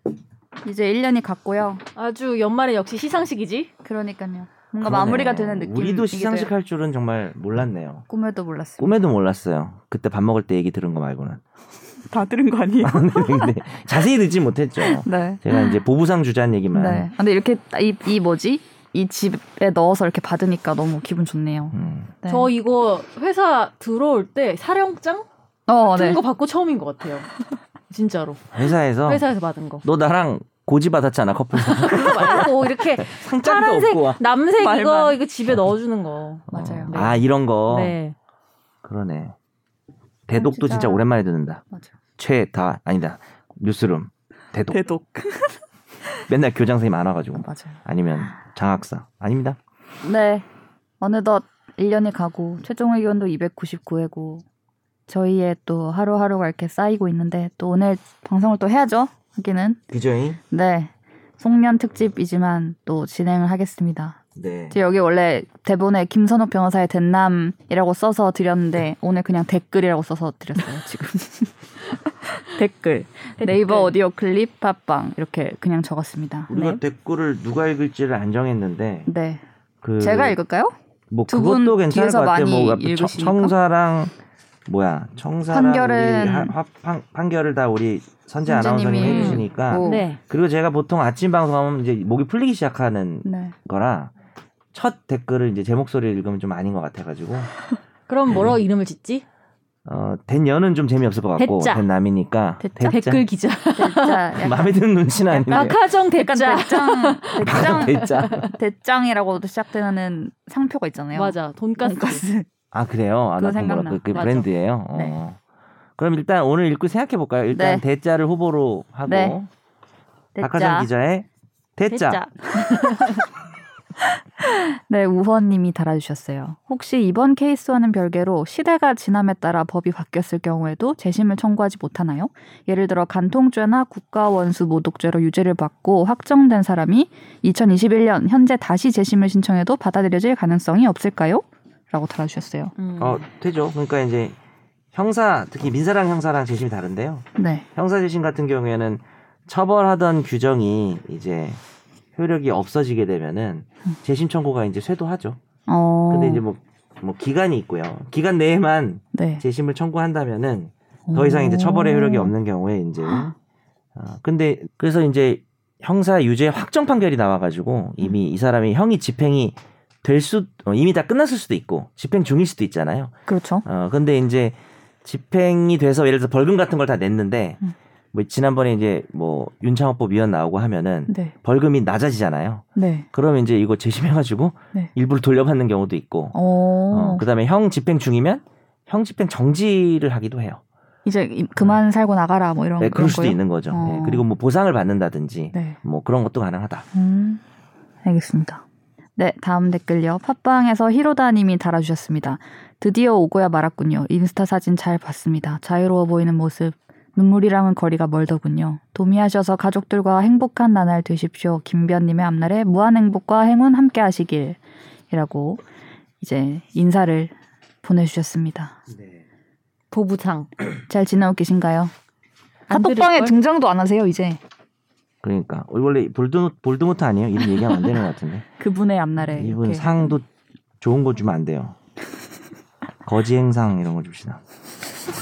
[SPEAKER 1] 이제 1년이 갔고요.
[SPEAKER 4] 아주 연말에 역시 시상식이지.
[SPEAKER 1] 그러니까요. 뭔가
[SPEAKER 3] 그러네요.
[SPEAKER 1] 마무리가 되는 느낌.
[SPEAKER 3] 우리도 시상식 할 줄은 정말 몰랐네요.
[SPEAKER 1] 꿈에도 몰랐어요.
[SPEAKER 3] 꿈에도 몰랐어요. 그때 밥 먹을 때 얘기 들은 거 말고는.
[SPEAKER 6] 다 들은 거 아니에요?
[SPEAKER 3] 근데 자세히 듣지 못했죠.
[SPEAKER 1] 네.
[SPEAKER 3] 제가 이제 보부상 주자는 얘기만.
[SPEAKER 1] 네. 아, 근데 이렇게 이, 이 뭐지? 이 집에 넣어서 이렇게 받으니까 너무 기분 좋네요.
[SPEAKER 3] 음.
[SPEAKER 1] 네.
[SPEAKER 4] 저 이거 회사 들어올 때 사령장
[SPEAKER 1] 어,
[SPEAKER 4] 같은
[SPEAKER 1] 네.
[SPEAKER 4] 거 받고 처음인 것 같아요. 진짜로
[SPEAKER 3] 회사에서
[SPEAKER 4] 회사에서 받은 거.
[SPEAKER 3] 너 나랑 고지 받았잖아 커플
[SPEAKER 4] 그거 말고 이렇게
[SPEAKER 3] 상장도
[SPEAKER 4] 파란색,
[SPEAKER 3] 없고. 와.
[SPEAKER 4] 남색 이거
[SPEAKER 6] 말만.
[SPEAKER 4] 이거 집에 넣어주는 거.
[SPEAKER 1] 맞아요.
[SPEAKER 3] 어. 아 이런 거.
[SPEAKER 4] 네.
[SPEAKER 3] 그러네. 대독도
[SPEAKER 1] 진짜-
[SPEAKER 3] 진짜 오랜만에 듣는다.
[SPEAKER 1] 맞아요.
[SPEAKER 3] 최다 아니다. 뉴스룸 대독.
[SPEAKER 6] 대독.
[SPEAKER 3] 맨날 교장 선생님 안 와가지고
[SPEAKER 1] 맞아요.
[SPEAKER 3] 아니면 장학사 아닙니다.
[SPEAKER 1] 네. 어느덧 1년이 가고 최종 의견도 299회고 저희의 또 하루하루가 이렇게 쌓이고 있는데 또 오늘 방송을 또 해야죠. 하기는.
[SPEAKER 3] 규정이
[SPEAKER 1] 네. 송년 특집이지만 또 진행을 하겠습니다.
[SPEAKER 3] 네.
[SPEAKER 1] 제 여기 원래 대본에 김선욱 변호사의 denam이라고 써서 드렸는데 오늘 그냥 댓글이라고 써서 드렸어요. 지금 댓글 네이버 오디오 클립 팟빵 이렇게 그냥 적었습니다.
[SPEAKER 3] 우리가
[SPEAKER 1] 네.
[SPEAKER 3] 댓글을 누가 읽을지를 안 정했는데
[SPEAKER 1] 네.
[SPEAKER 3] 그
[SPEAKER 1] 제가 읽을까요?
[SPEAKER 3] 뭐
[SPEAKER 1] 두
[SPEAKER 3] 그것도
[SPEAKER 1] 분
[SPEAKER 3] 괜찮을
[SPEAKER 1] 뒤에서
[SPEAKER 3] 것 같아.
[SPEAKER 1] 많이
[SPEAKER 3] 뭐 청-
[SPEAKER 1] 읽으시니까?
[SPEAKER 3] 청사랑 뭐야 청사랑
[SPEAKER 1] 판결은-
[SPEAKER 3] 우리 하- 화- 판- 판결을 다 우리 선재 아나운서님이
[SPEAKER 1] 선재님이 뭐
[SPEAKER 3] 해주시니까
[SPEAKER 1] 오.
[SPEAKER 4] 네.
[SPEAKER 3] 그리고 제가 보통 아침 방송하면 이제 목이 풀리기 시작하는
[SPEAKER 1] 네.
[SPEAKER 3] 거라 첫 댓글을 이제 제 목소리를 읽으면 좀 아닌 것 같아가지고
[SPEAKER 4] 그럼 뭐라고 이름을 짓지?
[SPEAKER 3] 어, 된 연은 좀 재미없을 것 같고
[SPEAKER 4] 대짜.
[SPEAKER 3] 된 남이니까
[SPEAKER 1] 대짜.
[SPEAKER 4] 댓글 기자.
[SPEAKER 1] 대짜 약간
[SPEAKER 3] 마음에 드는 눈치는 아닌데
[SPEAKER 4] 박하정
[SPEAKER 1] 약간
[SPEAKER 4] 대짜.
[SPEAKER 1] 대짱 대짱
[SPEAKER 3] 대짜
[SPEAKER 1] 대짱이라고도 시작되는 상표가 있잖아요.
[SPEAKER 4] 맞아. 돈가스.
[SPEAKER 1] 돈가스.
[SPEAKER 3] 아 그래요 아, 나
[SPEAKER 1] 그거
[SPEAKER 3] 생각
[SPEAKER 1] 생각나.
[SPEAKER 3] 그, 그
[SPEAKER 4] 맞아.
[SPEAKER 3] 브랜드예요 어.
[SPEAKER 1] 네.
[SPEAKER 3] 그럼 일단 오늘 읽고 생각해 볼까요
[SPEAKER 1] 네.
[SPEAKER 3] 일단 대짜를 후보로 하고
[SPEAKER 1] 네.
[SPEAKER 3] 박하정
[SPEAKER 1] 대짜.
[SPEAKER 3] 기자의 대짜
[SPEAKER 4] 대짜.
[SPEAKER 1] 네, 우원님이 달아주셨어요. 혹시 이번 케이스와는 별개로 시대가 지남에 따라 법이 바뀌었을 경우에도 재심을 청구하지 못하나요? 예를 들어 간통죄나 국가원수 모독죄로 유죄를 받고 확정된 사람이 2021년 현재 다시 재심을 신청해도 받아들여질 가능성이 없을까요? 라고 달아주셨어요.
[SPEAKER 4] 음.
[SPEAKER 3] 어 되죠 그러니까 이제 형사 특히 민사랑 형사랑 재심이 다른데요
[SPEAKER 1] 네,
[SPEAKER 3] 형사 재심 같은 경우에는 처벌하던 규정이 이제 효력이 없어지게 되면은 재심 청구가 이제 쇄도하죠.
[SPEAKER 1] 어,
[SPEAKER 3] 근데 이제 뭐, 뭐 기간이 있고요. 기간 내에만
[SPEAKER 1] 네.
[SPEAKER 3] 재심을 청구한다면은 더 이상
[SPEAKER 1] 음.
[SPEAKER 3] 이제 처벌의 효력이 없는 경우에 이제
[SPEAKER 1] 아.
[SPEAKER 3] 어, 근데 그래서 이제 형사 유죄 확정 판결이 나와가지고 이미 이 사람이 형이 집행이 될 수 어, 이미 다 끝났을 수도 있고 집행 중일 수도 있잖아요.
[SPEAKER 1] 그렇죠.
[SPEAKER 3] 어, 근데 이제 집행이 돼서 예를 들어 서 벌금 같은 걸 다 냈는데
[SPEAKER 1] 음.
[SPEAKER 3] 뭐 지난번에 이제 뭐 윤창호법 위원 나오고 하면은
[SPEAKER 1] 네,
[SPEAKER 3] 벌금이 낮아지잖아요.
[SPEAKER 1] 네.
[SPEAKER 3] 그러면 이제 이거 재심해가지고
[SPEAKER 1] 네.
[SPEAKER 3] 일부를 돌려받는 경우도 있고,
[SPEAKER 1] 어,
[SPEAKER 3] 어, 그다음에 형 집행 중이면 형 집행 정지를 하기도 해요.
[SPEAKER 1] 이제 이- 그만 살고 나가라 뭐 이런
[SPEAKER 3] 네,
[SPEAKER 1] 그런
[SPEAKER 3] 그럴 수도
[SPEAKER 1] 거예요?
[SPEAKER 3] 있는 거죠.
[SPEAKER 1] 어.
[SPEAKER 3] 네, 그리고 뭐 보상을 받는다든지
[SPEAKER 1] 네.
[SPEAKER 3] 뭐 그런 것도 가능하다.
[SPEAKER 1] 음, 알겠습니다. 네, 다음 댓글요. 팟빵에서 히로다님이 달아주셨습니다. 드디어 오고야 말았군요. 인스타 사진 잘 봤습니다. 자유로워 보이는 모습. 눈물이랑은 거리가 멀더군요. 도미하셔서 가족들과 행복한 나날 되십시오. 김변님의 앞날에 무한 행복과 행운 함께 하시길. 이라고 이제 인사를 보내주셨습니다.
[SPEAKER 4] 보부상.
[SPEAKER 1] 잘 지내고 계신가요?
[SPEAKER 4] 안
[SPEAKER 1] 카톡방에
[SPEAKER 4] 들을걸?
[SPEAKER 1] 등장도 안 하세요, 이제.
[SPEAKER 3] 그러니까 원래 볼드 볼드모트 아니에요? 이런 얘기하면 안 되는 것 같은데.
[SPEAKER 1] 그분의 앞날에.
[SPEAKER 3] 이분
[SPEAKER 1] 네, 이렇게.
[SPEAKER 3] 상도 좋은 거 주면 안 돼요. 거지 행상 이런 거 줍시다.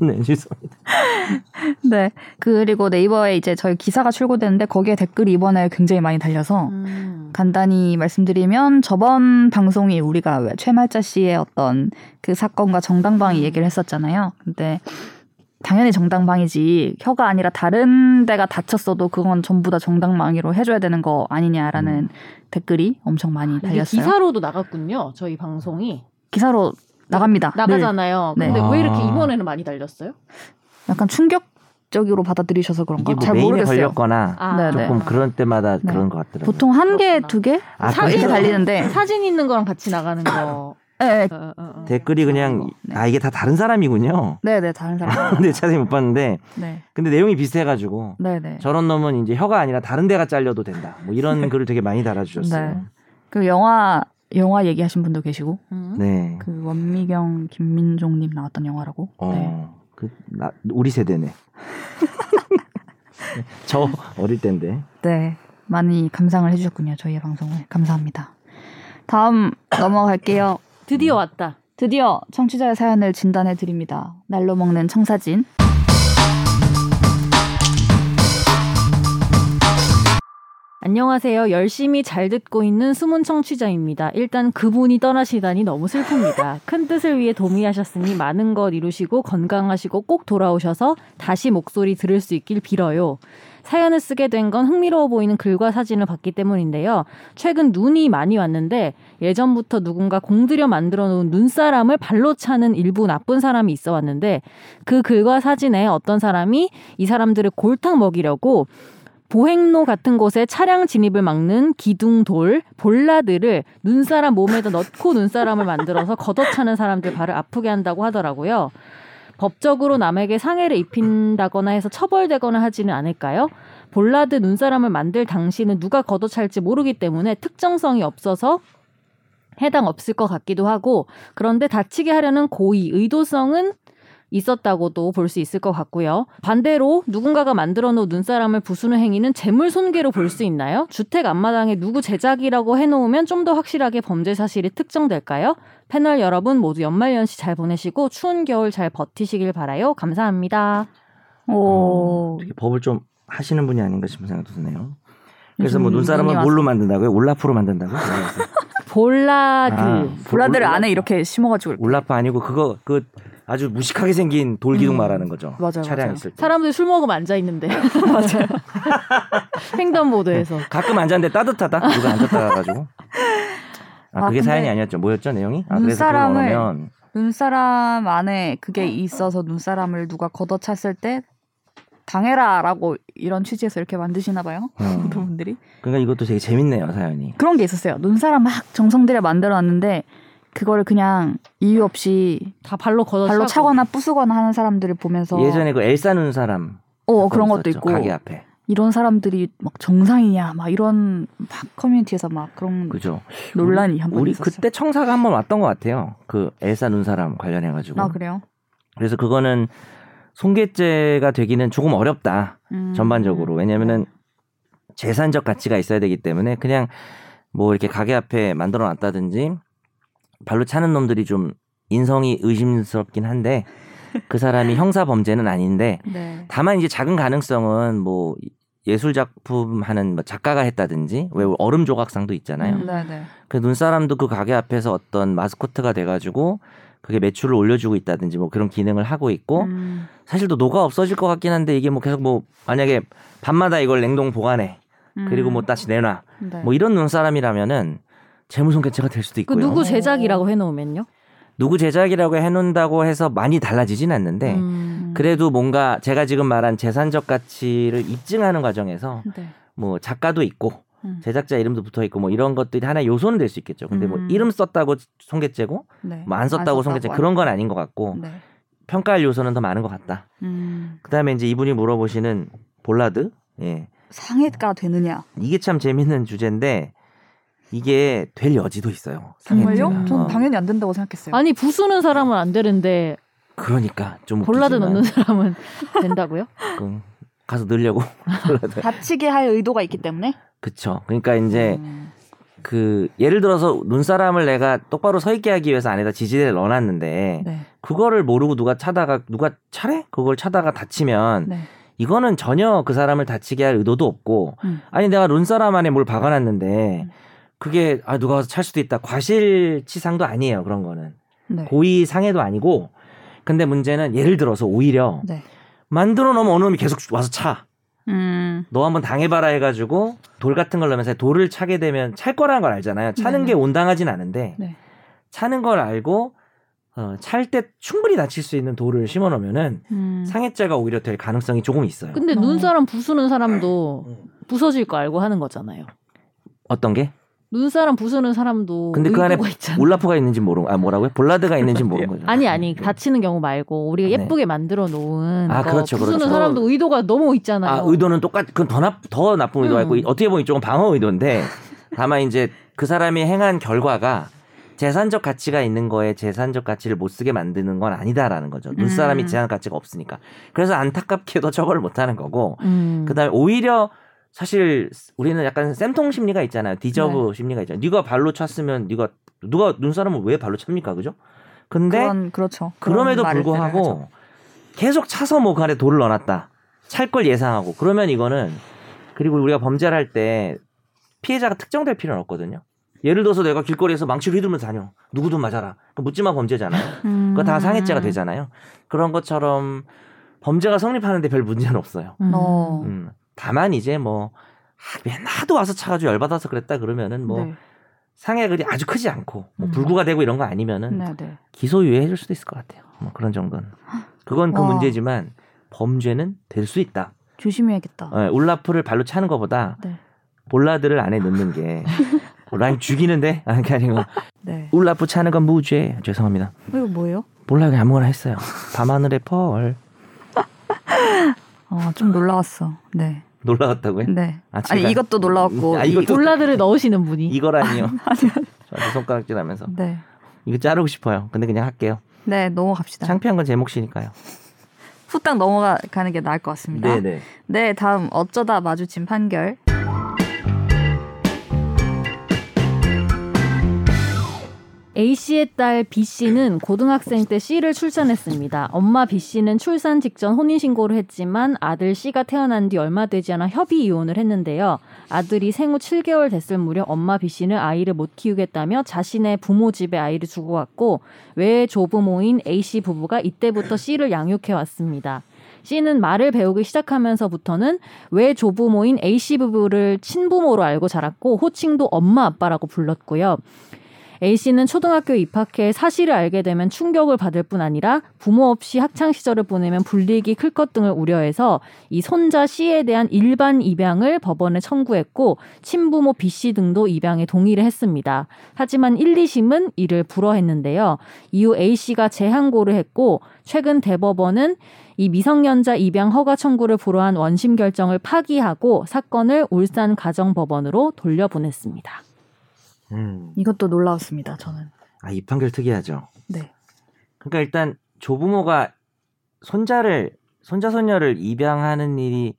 [SPEAKER 3] 네, 죄송합니다.
[SPEAKER 1] 네. 그리고 네이버에 이제 저희 기사가 출고되는데 거기에 댓글이 이번에 굉장히 많이 달려서
[SPEAKER 4] 음.
[SPEAKER 1] 간단히 말씀드리면 저번 방송이 우리가 왜 최말자 씨의 어떤 그 사건과 정당방위 얘기를 했었잖아요. 근데 당연히 정당방위지 혀가 아니라 다른 데가 다쳤어도 그건 전부 다 정당방위로 해줘야 되는 거 아니냐라는
[SPEAKER 3] 음.
[SPEAKER 1] 댓글이 엄청 많이
[SPEAKER 4] 이게
[SPEAKER 1] 달렸어요.
[SPEAKER 4] 기사로도 나갔군요. 저희 방송이
[SPEAKER 1] 기사로 나갑니다. 늘.
[SPEAKER 4] 나가잖아요.
[SPEAKER 1] 네.
[SPEAKER 4] 근데 왜 이렇게
[SPEAKER 3] 아.
[SPEAKER 4] 이번에는 많이 달렸어요?
[SPEAKER 1] 약간 충격적으로 받아들이셔서 그런가
[SPEAKER 3] 이게 뭐
[SPEAKER 1] 잘
[SPEAKER 3] 메인에
[SPEAKER 1] 모르겠어요.
[SPEAKER 3] 걸렸거나
[SPEAKER 4] 아,
[SPEAKER 1] 네.
[SPEAKER 3] 조금 그런 때마다
[SPEAKER 1] 네.
[SPEAKER 3] 그런 것 같더라고요.
[SPEAKER 1] 보통 한 개,
[SPEAKER 4] 그렇구나.
[SPEAKER 1] 두 개?
[SPEAKER 3] 아,
[SPEAKER 4] 사진-
[SPEAKER 1] 이렇게
[SPEAKER 3] 그래서
[SPEAKER 1] 달리는데
[SPEAKER 4] 네, 사진 있는 거랑 같이 나가는 거.
[SPEAKER 1] 예, 예.
[SPEAKER 4] 어, 어, 어.
[SPEAKER 3] 댓글이 그냥 아 이게 다 다른 사람이군요.
[SPEAKER 1] 네, 네, 다른 사람.
[SPEAKER 3] 근데 자세히 못 봤는데
[SPEAKER 1] 네,
[SPEAKER 3] 근데 내용이 비슷해가지고
[SPEAKER 1] 네, 네.
[SPEAKER 3] 저런 놈은 이제 혀가 아니라 다른 데가 잘려도 된다. 뭐 이런 글을 되게 많이
[SPEAKER 1] 네.
[SPEAKER 3] 달아주셨어요.
[SPEAKER 1] 그 영화 영화 얘기하신 분도 계시고
[SPEAKER 4] 음.
[SPEAKER 3] 네.
[SPEAKER 1] 그 원미경 김민종님 나왔던 영화라고.
[SPEAKER 3] 어,
[SPEAKER 1] 네.
[SPEAKER 3] 그, 나, 우리 세대네. 저 어릴 때인데.
[SPEAKER 1] 네, 많이 감상을 해주셨군요 저희의 방송을 감사합니다. 다음 넘어갈게요.
[SPEAKER 4] 드디어 왔다.
[SPEAKER 1] 드디어 청취자의 사연을 진단해 드립니다. 날로 먹는 청사진.
[SPEAKER 4] 안녕하세요. 열심히 잘 듣고 있는 숨은 청취자입니다. 일단 그분이 떠나시다니 너무 슬픕니다. 큰 뜻을 위해 도미하셨으니 많은 것 이루시고 건강하시고 꼭 돌아오셔서 다시 목소리 들을 수 있길 빌어요. 사연을 쓰게 된 건 흥미로워 보이는 글과 사진을 봤기 때문인데요. 최근 눈이 많이 왔는데 예전부터 누군가 공들여 만들어 놓은 눈사람을 발로 차는 일부 나쁜 사람이 있어 왔는데 그 글과 사진에 어떤 사람이 이 사람들을 골탕 먹이려고 보행로 같은 곳에 차량 진입을 막는 기둥돌, 볼라드를 눈사람 몸에다 넣고 눈사람을 만들어서 걷어차는 사람들 발을 아프게 한다고 하더라고요. 법적으로 남에게 상해를 입힌다거나 해서 처벌되거나 하지는 않을까요? 볼라드 눈사람을 만들 당시는 누가 걷어찰지 모르기 때문에 특정성이 없어서 해당 없을 것 같기도 하고 그런데 다치게 하려는 고의, 의도성은 있었다고도 볼 수 있을 것 같고요. 반대로 누군가가 만들어 놓은 눈사람을 부수는 행위는 재물 손괴로 볼 수 있나요? 주택 앞마당에 누구 제작이라고 해놓으면 좀 더 확실하게 범죄 사실이 특정될까요? 패널 여러분 모두 연말연시 잘 보내시고 추운 겨울 잘 버티시길 바라요. 감사합니다.
[SPEAKER 1] 오.
[SPEAKER 3] 되게 법을 좀 하시는 분이 아닌가 싶은 생각도 드네요. 그래서 뭐
[SPEAKER 1] 요즘 눈이
[SPEAKER 3] 눈사람을
[SPEAKER 1] 와서
[SPEAKER 3] 뭘로 만든다고요? 올라프로 만든다고요? 그래서.
[SPEAKER 4] 볼라드.
[SPEAKER 3] 아,
[SPEAKER 1] 그 블라드를
[SPEAKER 3] 올-
[SPEAKER 1] 안에 이렇게 심어가지고 이렇게.
[SPEAKER 3] 올라프 아니고 그거 그 아주 무식하게 생긴 돌기둥
[SPEAKER 1] 음.
[SPEAKER 3] 말하는 거죠.
[SPEAKER 1] 맞아요,
[SPEAKER 3] 차량
[SPEAKER 1] 맞아요.
[SPEAKER 3] 있을 때.
[SPEAKER 4] 사람들 술 먹으면 앉아 있는데. 맞아요. 횡단보도에서.
[SPEAKER 3] 가끔 앉았는데 따뜻하다. 누가 앉았다 가지고. 아,
[SPEAKER 1] 아,
[SPEAKER 3] 그게
[SPEAKER 1] 근데
[SPEAKER 3] 사연이 아니었죠. 뭐였죠 내용이? 아, 그래서
[SPEAKER 1] 눈사람을-
[SPEAKER 3] 그걸 넣으면
[SPEAKER 1] 눈사람 안에 그게
[SPEAKER 4] 네.
[SPEAKER 1] 있어서 눈사람을 누가 걷어찼을 때 당해라라고 이런 취지에서 이렇게 만드시나 봐요.
[SPEAKER 3] 음.
[SPEAKER 1] 보통 분들이
[SPEAKER 3] 그러니까 이것도 되게 재밌네요 사연이.
[SPEAKER 1] 그런 게 있었어요. 눈사람 막 정성들여 만들어놨는데 그거를 그냥 이유 없이
[SPEAKER 4] 다 발로 걷어
[SPEAKER 1] 발로 차거나 부수거나 하는 사람들을 보면서
[SPEAKER 3] 예전에 그 엘사 눈 사람
[SPEAKER 1] 어 그런 것도
[SPEAKER 3] 있었죠,
[SPEAKER 1] 있고
[SPEAKER 3] 가게 앞에
[SPEAKER 1] 이런 사람들이 막 정상이냐 막 이런 막 커뮤니티에서 막 그런
[SPEAKER 3] 그죠.
[SPEAKER 1] 음. 논란이 한 번
[SPEAKER 3] 그렇죠. 우리
[SPEAKER 1] 있었어요.
[SPEAKER 3] 그때 청사가 한 번 왔던 것 같아요. 그 엘사 눈 사람 관련해 가지고.
[SPEAKER 1] 아 그래요?
[SPEAKER 3] 그래서 그거는 손괴죄가 되기는 조금 어렵다.
[SPEAKER 1] 음. 네.
[SPEAKER 3] 전반적으로 왜냐면은 재산적 가치가 있어야 되기 때문에 그냥 뭐 이렇게 가게 앞에 만들어 놨다든지 발로 차는 놈들이 좀 인성이 의심스럽긴 한데 그 사람이 형사 범죄는 아닌데
[SPEAKER 1] 네.
[SPEAKER 3] 다만 이제 작은 가능성은 뭐 예술 작품 하는 뭐 작가가 했다든지 왜 얼음 조각상도 있잖아요.
[SPEAKER 4] 음.
[SPEAKER 1] 네네.
[SPEAKER 3] 그 눈사람도 그 가게 앞에서 어떤 마스코트가 돼가지고 그게 매출을 올려주고 있다든지 뭐 그런 기능을 하고 있고
[SPEAKER 1] 음.
[SPEAKER 3] 사실 또 녹아 없어질 것 같긴 한데 이게 뭐 계속 뭐 만약에 밤마다 이걸 냉동 보관해 그리고 뭐 다시 내놔
[SPEAKER 1] 음. 네.
[SPEAKER 3] 뭐 이런 눈사람이라면은 재무손괴죄가 될 수도
[SPEAKER 4] 그
[SPEAKER 3] 있고요.
[SPEAKER 4] 누구 제작이라고 해놓으면요?
[SPEAKER 3] 누구 제작이라고 해놓는다고 해서 많이 달라지진 않는데
[SPEAKER 4] 음.
[SPEAKER 3] 그래도 뭔가 제가 지금 말한 재산적 가치를 입증하는 과정에서
[SPEAKER 1] 네.
[SPEAKER 3] 뭐 작가도 있고
[SPEAKER 1] 음.
[SPEAKER 3] 제작자 이름도 붙어 있고 뭐 이런 것들이 하나의 요소는 될 수 있겠죠. 근데 뭐
[SPEAKER 1] 음.
[SPEAKER 3] 이름 썼다고 손괴죄고
[SPEAKER 1] 네.
[SPEAKER 3] 뭐 안 썼다고 손괴죄 그런 건 아닌 것 같고
[SPEAKER 1] 네.
[SPEAKER 3] 평가할 요소는 더 많은 것 같다.
[SPEAKER 1] 음.
[SPEAKER 3] 그다음에 이제 이분이 물어보시는 볼라드 예
[SPEAKER 1] 상해가 되느냐?
[SPEAKER 3] 이게 참 재밌는 주제인데 이게 될 여지도 있어요 상해죄가.
[SPEAKER 1] 정말요? 전
[SPEAKER 3] 어,
[SPEAKER 1] 당연히 안 된다고 생각했어요.
[SPEAKER 4] 아니 부수는 사람은 안 되는데
[SPEAKER 3] 그러니까 좀
[SPEAKER 4] 볼라드
[SPEAKER 3] 웃기지만
[SPEAKER 4] 넣는 사람은 된다고요?
[SPEAKER 3] 가끔 가서 늘려고 볼라드
[SPEAKER 1] 다치게 할 의도가 있기 때문에.
[SPEAKER 3] 그쵸 그러니까 이제
[SPEAKER 1] 음.
[SPEAKER 3] 그 예를 들어서 눈사람을 내가 똑바로 서 있게 하기 위해서 안에다 지지대를 넣어놨는데
[SPEAKER 1] 네.
[SPEAKER 3] 그거를 모르고 누가 차다가 누가 차래 그걸 차다가 다치면
[SPEAKER 1] 네.
[SPEAKER 3] 이거는 전혀 그 사람을 다치게 할 의도도 없고
[SPEAKER 1] 음.
[SPEAKER 3] 아니 내가 룬사람 안에 뭘 박아놨는데
[SPEAKER 1] 음.
[SPEAKER 3] 그게 아 누가 와서 찰 수도 있다 과실치상도 아니에요 그런 거는
[SPEAKER 1] 네.
[SPEAKER 3] 고의상해도 아니고 근데 문제는 예를 들어서 오히려
[SPEAKER 1] 네.
[SPEAKER 3] 만들어 놓으면 어느 놈이 계속 와서 차.
[SPEAKER 1] 음.
[SPEAKER 3] 너 한번 당해봐라 해가지고 돌 같은 걸 넣으면서 돌을 차게 되면 찰 거라는 걸 알잖아요. 차는
[SPEAKER 1] 네네.
[SPEAKER 3] 게 온당하진 않은데
[SPEAKER 1] 네.
[SPEAKER 3] 차는 걸 알고 어, 찰 때 충분히 다칠 수 있는 돌을 심어 놓으면은
[SPEAKER 1] 음.
[SPEAKER 3] 상해죄가 오히려 될 가능성이 조금 있어요.
[SPEAKER 4] 근데
[SPEAKER 1] 어.
[SPEAKER 4] 눈사람 부수는 사람도
[SPEAKER 3] 음.
[SPEAKER 4] 부서질 거 알고 하는 거잖아요.
[SPEAKER 3] 어떤 게?
[SPEAKER 4] 눈사람 부수는 사람도
[SPEAKER 3] 근데 그 안에
[SPEAKER 4] 의도가 있잖아.
[SPEAKER 3] 올라프가 있는지 모르고 아 뭐라고요? 볼라드가 있는지 모르는 거죠.
[SPEAKER 4] 아니 아니 다치는 경우 말고 우리가
[SPEAKER 3] 네.
[SPEAKER 4] 예쁘게 만들어 놓은
[SPEAKER 3] 아,
[SPEAKER 4] 거
[SPEAKER 3] 그렇죠,
[SPEAKER 4] 부수는
[SPEAKER 3] 그렇죠.
[SPEAKER 4] 사람도 의도가 너무 있잖아요.
[SPEAKER 3] 아 의도는 똑같 그건 더, 나, 더 나쁜 의도가 있고
[SPEAKER 4] 음.
[SPEAKER 3] 이- 어떻게 보면 이쪽은 방어 의도인데 다만 이제 그 사람이 행한 결과가 재산적 가치가 있는 거에 재산적 가치를 못 쓰게 만드는 건 아니다라는 거죠. 눈사람이
[SPEAKER 1] 음.
[SPEAKER 3] 재산 가치가 없으니까. 그래서 안타깝게도 처벌을 못 하는 거고
[SPEAKER 4] 음.
[SPEAKER 3] 그다음에 오히려 사실 우리는 약간 쌤통 심리가 있잖아요. 디저브 심리가 있잖아요. 네가 발로 찼으면 네가 누가 눈사람을 왜 발로 찹니까? 그죠? 근데
[SPEAKER 1] 그런 그렇죠. 그런
[SPEAKER 3] 그럼에도
[SPEAKER 1] 말을 들어야죠.
[SPEAKER 3] 불구하고 계속 차서 뭐 간에 돌을 넣어놨다. 찰 걸 예상하고 그러면 이거는 그리고 우리가 범죄를 할 때 피해자가 특정될 필요는 없거든요. 예를 들어서 내가 길거리에서 망치를 휘두르면서 다녀. 누구든 맞아라. 그 묻지마 범죄잖아요.
[SPEAKER 1] 음.
[SPEAKER 3] 그거 다 상해죄가 되잖아요. 그런 것처럼 범죄가 성립하는데 별 문제는 없어요.
[SPEAKER 4] 음.
[SPEAKER 1] 어.
[SPEAKER 3] 음. 다만 이제 뭐 아, 맨 하도 와서 차가지고 열받아서 그랬다 그러면은 뭐
[SPEAKER 6] 네.
[SPEAKER 3] 상해액이 아주 크지 않고 뭐
[SPEAKER 4] 음.
[SPEAKER 3] 불구가 되고 이런 거 아니면은
[SPEAKER 1] 네, 네.
[SPEAKER 3] 기소유예 해줄 수도 있을 것 같아요. 뭐 그런 정도는. 그건 그
[SPEAKER 1] 와.
[SPEAKER 3] 문제지만 범죄는 될 수 있다.
[SPEAKER 1] 조심해야겠다.
[SPEAKER 3] 예, 울라프를 발로 차는 것보다
[SPEAKER 1] 네.
[SPEAKER 3] 볼라드를 안에 넣는 게 라임 죽이는데 아니 그게 아니고
[SPEAKER 1] 네. 어,
[SPEAKER 3] 울라프 차는 건 무죄. 죄송합니다.
[SPEAKER 1] 이거 뭐예요?
[SPEAKER 3] 몰라요 그냥 아무거나 했어요. 밤하늘의 펄
[SPEAKER 1] 어, 좀 놀라웠어. 네.
[SPEAKER 3] 놀라웠다고요?
[SPEAKER 1] 네.
[SPEAKER 3] 아,
[SPEAKER 1] 아니
[SPEAKER 3] 제가-
[SPEAKER 1] 이것도 놀라웠고.
[SPEAKER 3] 아, 이것도-
[SPEAKER 4] 볼라드를 넣으시는 분이
[SPEAKER 3] 이거라니요. 저한테 손가락질하면서
[SPEAKER 1] 네.
[SPEAKER 3] 이거 자르고 싶어요. 근데 그냥 할게요.
[SPEAKER 1] 네, 넘어갑시다.
[SPEAKER 3] 창피한 건 제 몫이니까요.
[SPEAKER 1] 후딱 넘어가는 게 나을 것 같습니다.
[SPEAKER 3] 네.
[SPEAKER 1] 네, 다음 어쩌다 마주친 판결.
[SPEAKER 4] A씨의 딸 B씨는 고등학생 때 C를 출산했습니다. 엄마 B씨는 출산 직전 혼인신고를 했지만 아들 C가 태어난 뒤 얼마 되지 않아 협의 이혼을 했는데요. 아들이 생후 7개월 됐을 무렵 엄마 B씨는 아이를 못 키우겠다며 자신의 부모 집에 아이를 주고 왔고 외 조부모인 A씨 부부가 이때부터 C를 양육해 왔습니다. C는 말을 배우기 시작하면서부터는 외 조부모인 A씨 부부를 친부모로 알고 자랐고 호칭도 엄마 아빠라고 불렀고요. A씨는 초등학교 입학해 사실을 알게 되면 충격을 받을 뿐 아니라 부모 없이 학창 시절을 보내면 불리익이 클 것 등을 우려해서 이 손자 C에 대한 일반 입양을 법원에 청구했고 친부모 B씨 등도 입양에 동의를 했습니다. 하지만 1, 2심은 이를 불허했는데요. 이후 A씨가 재항고를 했고 최근 대법원은 이 미성년자 입양 허가 청구를 불허한 원심 결정을 파기하고 사건을 울산 가정법원으로 돌려보냈습니다.
[SPEAKER 3] 뭐 음.
[SPEAKER 1] 이것도 놀라웠습니다. 저는.
[SPEAKER 3] 아, 이 판결 특이하죠.
[SPEAKER 1] 네.
[SPEAKER 3] 그러니까 일단 조부모가 손자를 손자 손녀를 입양하는 일이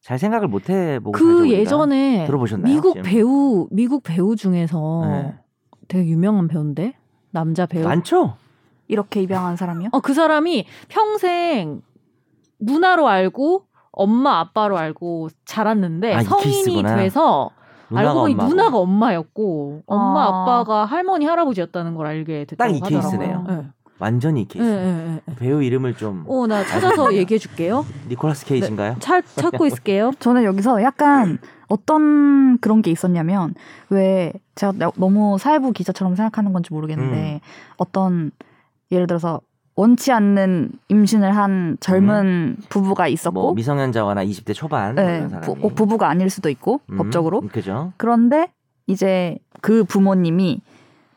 [SPEAKER 3] 잘 생각을 못 해보고 살죠,
[SPEAKER 4] 그
[SPEAKER 3] 우리가.
[SPEAKER 4] 예전에
[SPEAKER 3] 들어보셨나요?
[SPEAKER 4] 미국
[SPEAKER 3] 지금?
[SPEAKER 4] 배우 미국 배우 중에서
[SPEAKER 3] 네.
[SPEAKER 4] 되게 유명한 배우인데 남자 배우.
[SPEAKER 3] 많죠.
[SPEAKER 1] 이렇게 입양한 사람이요?
[SPEAKER 4] 어 그 사람이 평생 누나로 알고 엄마 아빠로 알고 자랐는데
[SPEAKER 3] 아, 이
[SPEAKER 4] 성인이
[SPEAKER 3] 케이스구나.
[SPEAKER 4] 돼서
[SPEAKER 3] 누나가
[SPEAKER 4] 알고 보니
[SPEAKER 3] 엄마고.
[SPEAKER 4] 누나가 엄마였고 엄마
[SPEAKER 1] 아.
[SPEAKER 4] 아빠가 할머니 할아버지였다는 걸 알게 됐다고
[SPEAKER 3] 딱이
[SPEAKER 4] 하더라고요.
[SPEAKER 1] 케이스네요.
[SPEAKER 4] 네.
[SPEAKER 3] 완전히 이
[SPEAKER 4] 예,
[SPEAKER 3] 케이스.
[SPEAKER 4] 예, 예.
[SPEAKER 3] 배우 이름을 좀
[SPEAKER 4] 어, 네. 나 찾아서 얘기해 줄게요.
[SPEAKER 3] 니콜라스 케이지인가요?
[SPEAKER 4] 찾 찾고 있을게요.
[SPEAKER 1] 저는 여기서 약간 어떤 그런 게 있었냐면 왜 제가 나- 너무 사회부 기자처럼 생각하는 건지
[SPEAKER 3] 음.
[SPEAKER 1] 모르겠는데 어떤 예를 들어서 원치 않는 임신을 한 젊은 부부가 있었고
[SPEAKER 3] 음. 뭐 미성년자와나 20대 초반
[SPEAKER 1] 네,
[SPEAKER 3] 이런 사람이.
[SPEAKER 1] 부-
[SPEAKER 4] 어,
[SPEAKER 1] 꼭 부부가 아닐 수도 있고
[SPEAKER 3] 음,
[SPEAKER 1] 법적으로
[SPEAKER 3] 그죠.
[SPEAKER 1] 그런데 이제 그 부모님이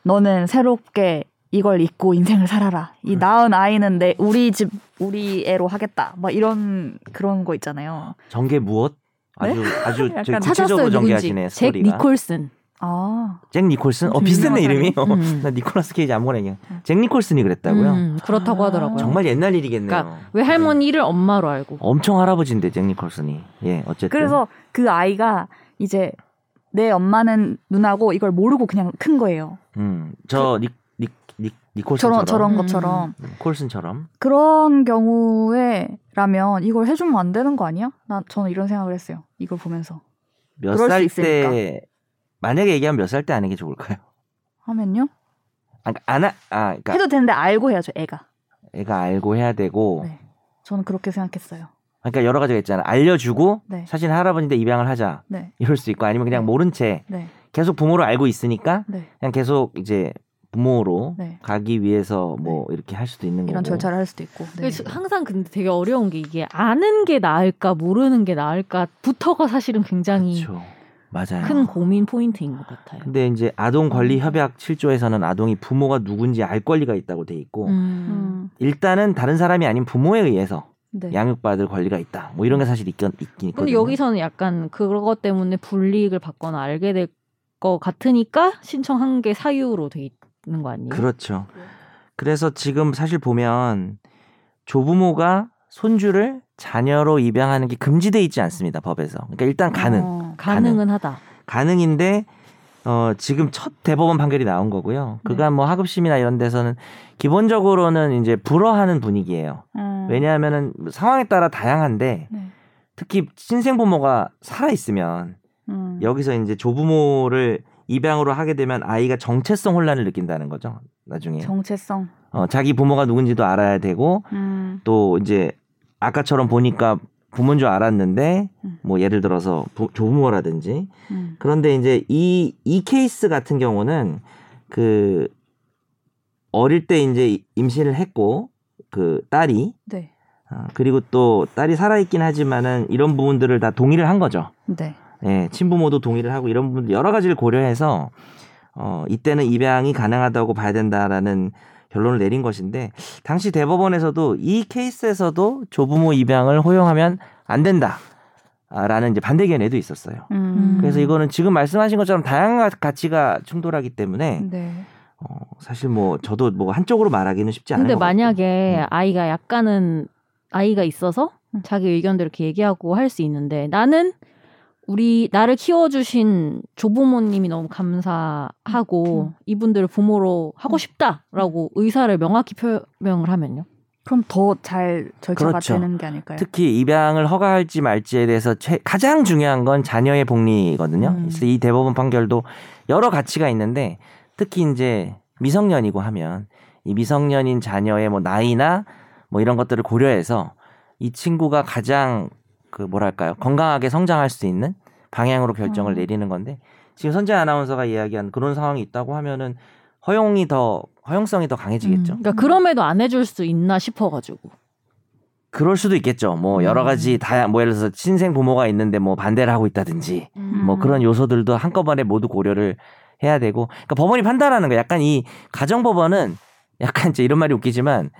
[SPEAKER 1] 너는 새롭게 이걸 잊고 인생을 살아라. 이
[SPEAKER 3] 음.
[SPEAKER 1] 낳은 아이는 내 우리 집 우리 애로 하겠다. 막 이런 그런 거 있잖아요.
[SPEAKER 3] 전개 무엇? 아주 아주
[SPEAKER 1] 약간
[SPEAKER 3] 저
[SPEAKER 4] 네? 찾았어요
[SPEAKER 3] 구체적으로
[SPEAKER 4] 누군지.
[SPEAKER 3] 전개하시네
[SPEAKER 4] 잭
[SPEAKER 3] 스토리가.
[SPEAKER 4] 니콜슨.
[SPEAKER 1] 아,
[SPEAKER 3] 잭 니콜슨? 어 비슷했네 이름이. 어,
[SPEAKER 4] 음.
[SPEAKER 3] 나 니콜라스 케이지 아무거나 얘기해. 잭 니콜슨이 그랬다고요?
[SPEAKER 4] 음, 그렇다고
[SPEAKER 1] 아.
[SPEAKER 4] 하더라고요.
[SPEAKER 3] 정말 옛날 일이겠네요.
[SPEAKER 4] 그러니까 왜 할머니를 엄마로 알고?
[SPEAKER 3] 엄청 할아버지인데 잭 니콜슨이. 예, 어쨌든.
[SPEAKER 1] 그래서 그 아이가 이제 내 엄마는 누나고 이걸 모르고 그냥 큰 거예요.
[SPEAKER 3] 음, 저닉닉닉
[SPEAKER 1] 저런
[SPEAKER 3] 니콜슨처럼
[SPEAKER 1] 그 저런
[SPEAKER 4] 음.
[SPEAKER 1] 것처럼
[SPEAKER 3] 음, 콜슨처럼.
[SPEAKER 1] 그런 경우에라면 이걸 해주면 안 되는 거 아니야? 난 저는 이런 생각을 했어요. 이걸 보면서
[SPEAKER 3] 몇
[SPEAKER 1] 그럴 수
[SPEAKER 3] 살
[SPEAKER 1] 있으니까.
[SPEAKER 3] 때 만약에 얘기하면 몇 살 때 아는 게 좋을까요?
[SPEAKER 1] 하면요
[SPEAKER 3] 아, 그러니까 안 하, 아, 그러니까
[SPEAKER 1] 해도 되는데 알고 해야죠 애가.
[SPEAKER 3] 애가 알고 해야 되고
[SPEAKER 1] 네. 저는 그렇게 생각했어요.
[SPEAKER 3] 그러니까 여러 가지가 있잖아. 알려주고
[SPEAKER 1] 네.
[SPEAKER 3] 사실 할아버지인데 입양을 하자
[SPEAKER 1] 네,
[SPEAKER 3] 이럴 수 있고 아니면 그냥 모른 채
[SPEAKER 1] 네,
[SPEAKER 3] 계속 부모로 알고 있으니까
[SPEAKER 1] 네.
[SPEAKER 3] 그냥 계속 이제 부모로
[SPEAKER 1] 네.
[SPEAKER 3] 가기 위해서 뭐 이렇게 할 수도 있는 거고.
[SPEAKER 1] 이런 절차를 할 수도 있고. 네.
[SPEAKER 4] 그래서 항상 근데 되게 어려운 게 이게 아는 게 나을까 모르는 게 나을까부터가 사실은 굉장히
[SPEAKER 3] 그렇죠. 맞아요.
[SPEAKER 4] 큰 고민 포인트인 것 같아요.
[SPEAKER 3] 근데 이제 아동
[SPEAKER 4] 음.
[SPEAKER 3] 권리 협약 7조에서는 아동이 부모가 누군지 알 권리가 있다고 돼 있고
[SPEAKER 4] 음.
[SPEAKER 1] 음,
[SPEAKER 3] 일단은 다른 사람이 아닌 부모에 의해서
[SPEAKER 1] 네.
[SPEAKER 3] 양육받을 권리가 있다. 뭐 이런 게 사실 있긴 있긴 있거든요.
[SPEAKER 4] 근데 여기서는 약간 그것 때문에 불이익을 받거나 알게 될 것 같으니까 신청한 게 사유로 돼 있는 거 아니에요?
[SPEAKER 3] 그렇죠.
[SPEAKER 4] 예.
[SPEAKER 3] 그래서 지금 사실 보면 조부모가 손주를 자녀로 입양하는 게 금지돼 있지 않습니다 법에서. 그러니까 일단 가능
[SPEAKER 4] 어, 가능은 하다.
[SPEAKER 3] 가능인데 어 지금 첫 대법원 판결이 나온 거고요.
[SPEAKER 4] 네.
[SPEAKER 3] 그간 뭐 학업심이나 이런 데서는 기본적으로는 이제 불허하는 분위기예요.
[SPEAKER 1] 음,
[SPEAKER 3] 왜냐하면은 상황에 따라 다양한데
[SPEAKER 1] 네.
[SPEAKER 3] 특히 신생 부모가 살아 있으면
[SPEAKER 1] 음,
[SPEAKER 3] 여기서 이제 조부모를 입양으로 하게 되면 아이가 정체성 혼란을 느낀다는 거죠. 나중에
[SPEAKER 1] 정체성.
[SPEAKER 3] 어, 자기 부모가 누군지도 알아야 되고
[SPEAKER 1] 음,
[SPEAKER 3] 또 이제 아까처럼 보니까 부모인 줄 알았는데
[SPEAKER 1] 음.
[SPEAKER 3] 뭐 예를 들어서 부- 조부모라든지
[SPEAKER 1] 음,
[SPEAKER 3] 그런데 이제 이, 이 케이스 같은 경우는 그 어릴 때 이제 임신을 했고 그 딸이
[SPEAKER 1] 네,
[SPEAKER 3] 어, 그리고 또 딸이 살아있긴 하지만은 이런 부분들을 다 동의를 한 거죠.
[SPEAKER 1] 네.
[SPEAKER 3] 예, 친부모도 동의를 하고 이런 부분 여러 가지를 고려해서 어, 이때는 입양이 가능하다고 봐야 된다라는 결론을 내린 것인데 당시 대법원에서도 이 케이스에서도 조부모 입양을 허용하면 안 된다라는 이제 반대 견해도 있었어요.
[SPEAKER 1] 음,
[SPEAKER 3] 그래서 이거는 지금 말씀하신 것처럼 다양한 가치가 충돌하기 때문에
[SPEAKER 4] 음.
[SPEAKER 1] 네,
[SPEAKER 3] 어, 사실 뭐 저도 뭐 한쪽으로 말하기는 쉽지 않은
[SPEAKER 4] 근데
[SPEAKER 3] 것 같고.
[SPEAKER 4] 만약에
[SPEAKER 3] 음.
[SPEAKER 4] 아이가 약간은 아이가 있어서
[SPEAKER 1] 음.
[SPEAKER 4] 자기 의견대로 이렇게 얘기하고 할 수 있는데 나는 우리 나를 키워주신 조부모님이 너무 감사하고
[SPEAKER 1] 음.
[SPEAKER 4] 이분들을 부모로 하고
[SPEAKER 1] 음.
[SPEAKER 4] 싶다라고 의사를 명확히 표명을 하면요.
[SPEAKER 1] 그럼 더 잘 절차가
[SPEAKER 3] 그렇죠.
[SPEAKER 1] 되는 게 아닐까요?
[SPEAKER 3] 특히 입양을 허가할지 말지에 대해서 최- 가장 중요한 건 자녀의 복리거든요.
[SPEAKER 4] 음.
[SPEAKER 3] 그래서 이 대법원 판결도 여러 가치가 있는데 특히 이제 미성년이고 하면 이 미성년인 자녀의 뭐 나이나 뭐 이런 것들을 고려해서 이 친구가 가장 그 뭐랄까요 건강하게 성장할 수 있는 방향으로 결정을
[SPEAKER 1] 음.
[SPEAKER 3] 내리는 건데 지금 선재 아나운서가 이야기한 그런 상황이 있다고 하면은 허용이 더 허용성이
[SPEAKER 1] 음.
[SPEAKER 3] 더 강해지겠죠.
[SPEAKER 4] 그러니까 그럼에도 안 해줄 수 있나 싶어가지고.
[SPEAKER 3] 그럴 수도 있겠죠. 뭐 여러
[SPEAKER 4] 음.
[SPEAKER 3] 가지 다양 뭐 예를 들어서 친생 부모가 있는데 뭐 반대를 하고 있다든지 뭐
[SPEAKER 1] 음.
[SPEAKER 3] 그런 요소들도 한꺼번에 모두 고려를 해야 되고 그러니까 법원이 판단하는 거 약간 이 가정법원은 약간 이제 이런 말이 웃기지만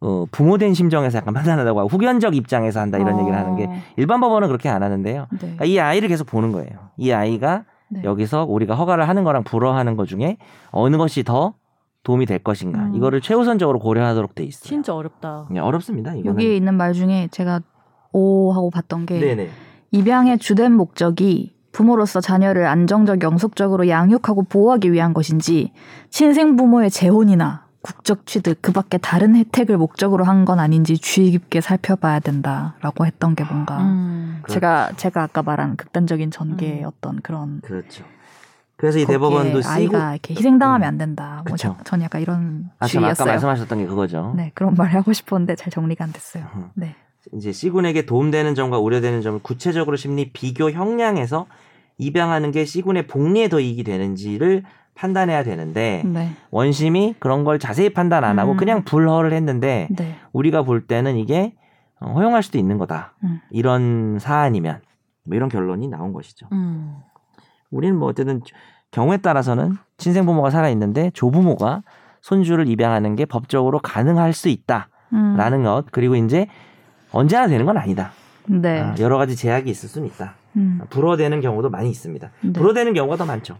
[SPEAKER 3] 어 부모된 심정에서 약간 판단한다고 하고 후견적 입장에서 한다 이런 얘기를 하는
[SPEAKER 1] 어.
[SPEAKER 3] 게 일반 법원은 그렇게 안 하는데요.
[SPEAKER 1] 네.
[SPEAKER 3] 그러니까 이 아이를 계속 보는 거예요. 이 아이가
[SPEAKER 1] 네.
[SPEAKER 3] 여기서 우리가 허가를 하는 거랑 불허하는 것 중에 어느 것이 더 도움이 될 것인가
[SPEAKER 1] 음.
[SPEAKER 3] 이거를 최우선적으로 고려하도록 돼 있어요.
[SPEAKER 4] 진짜 어렵다.
[SPEAKER 3] 네, 어렵습니다. 이거는.
[SPEAKER 1] 여기에 있는 말 중에 제가 오 하고 봤던 게
[SPEAKER 3] 네네.
[SPEAKER 1] 입양의 주된 목적이 부모로서 자녀를 안정적 영속적으로 양육하고 보호하기 위한 것인지 친생 부모의 재혼이나 국적 취득 그 밖에 다른 혜택을 목적으로 한 건 아닌지 주의 깊게 살펴봐야 된다라고 했던 게 뭔가
[SPEAKER 4] 음.
[SPEAKER 3] 아.
[SPEAKER 1] 제가 제가 아까 말한 극단적인 전개의 어떤 그런
[SPEAKER 3] 그렇죠. 그래서 이
[SPEAKER 1] 거기에
[SPEAKER 3] 대법원도 쓰고
[SPEAKER 1] 아이가 이렇게 희생당하면
[SPEAKER 3] 음.
[SPEAKER 1] 안 된다. 뭐
[SPEAKER 3] 그쵸.
[SPEAKER 1] 저- 전 약간 이런
[SPEAKER 3] 아, 참 아까
[SPEAKER 1] 주의였어요.
[SPEAKER 3] 말씀하셨던 게 그거죠.
[SPEAKER 1] 네 그런 말을 하고 싶었는데 잘 정리가 안 됐어요.
[SPEAKER 3] 음.
[SPEAKER 1] 네.
[SPEAKER 3] 이제 C군에게 도움되는 점과 우려되는 점을 구체적으로 심리 비교 형량에서 입양하는 게 C군의 복리에 더 이익이 되는지를 판단해야 되는데
[SPEAKER 1] 네.
[SPEAKER 3] 원심이 그런 걸 자세히 판단 안 하고
[SPEAKER 1] 음.
[SPEAKER 3] 그냥 불허를 했는데
[SPEAKER 1] 네.
[SPEAKER 3] 우리가 볼 때는 이게 어, 허용할 수도 있는 거다.
[SPEAKER 1] 음.
[SPEAKER 3] 이런 사안이면 뭐 이런 결론이 나온 것이죠.
[SPEAKER 4] 음.
[SPEAKER 3] 우리는 뭐 어쨌든 경우에 따라서는 친생 부모가 살아 있는데 조부모가 손주를 입양하는 게 법적으로 가능할 수 있다.
[SPEAKER 1] 음.
[SPEAKER 3] 라는 것 그리고 이제 언제나 되는 건 아니다.
[SPEAKER 1] 네.
[SPEAKER 3] 아, 여러 가지 제약이 있을 수는 있다.
[SPEAKER 1] 음.
[SPEAKER 3] 불허되는 경우도 많이 있습니다.
[SPEAKER 1] 네.
[SPEAKER 3] 불허되는 경우가 더 많죠.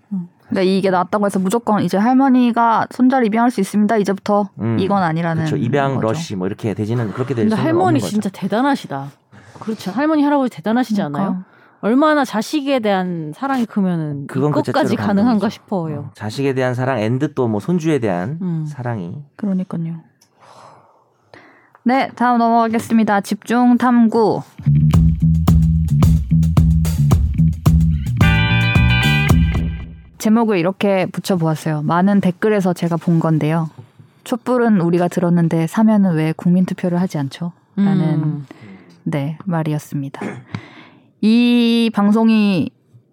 [SPEAKER 1] 근데 이게 낫다고 해서 무조건 이제 할머니가 손자를 입양할 수 있습니다. 이제부터
[SPEAKER 3] 음,
[SPEAKER 1] 이건 아니라는
[SPEAKER 3] 그렇죠. 입양
[SPEAKER 1] 거죠.
[SPEAKER 3] 러쉬 뭐 이렇게 되지는 그렇게 될
[SPEAKER 4] 근데
[SPEAKER 3] 수는
[SPEAKER 4] 할머니
[SPEAKER 3] 없는 거죠.
[SPEAKER 4] 진짜 대단하시다. 그렇죠. 할머니 할아버지 대단하시지 않아요?
[SPEAKER 1] 그러니까.
[SPEAKER 4] 얼마나 자식에 대한 사랑이 크면은
[SPEAKER 3] 그건 그
[SPEAKER 4] 이것까지
[SPEAKER 3] 자체로
[SPEAKER 4] 가능한가
[SPEAKER 3] 감동이죠.
[SPEAKER 4] 싶어요.
[SPEAKER 3] 어, 자식에 대한 사랑 앤드 또 뭐 손주에 대한
[SPEAKER 4] 음.
[SPEAKER 3] 사랑이
[SPEAKER 1] 그러니까요. 네, 다음 넘어가겠습니다. 집중 탐구. 제목을 이렇게 붙여보았어요. 많은 댓글에서 제가 본 건데요. 촛불은 우리가 들었는데 사면은 왜 국민투표를 하지 않죠? 라는 네, 말이었습니다. 이 방송이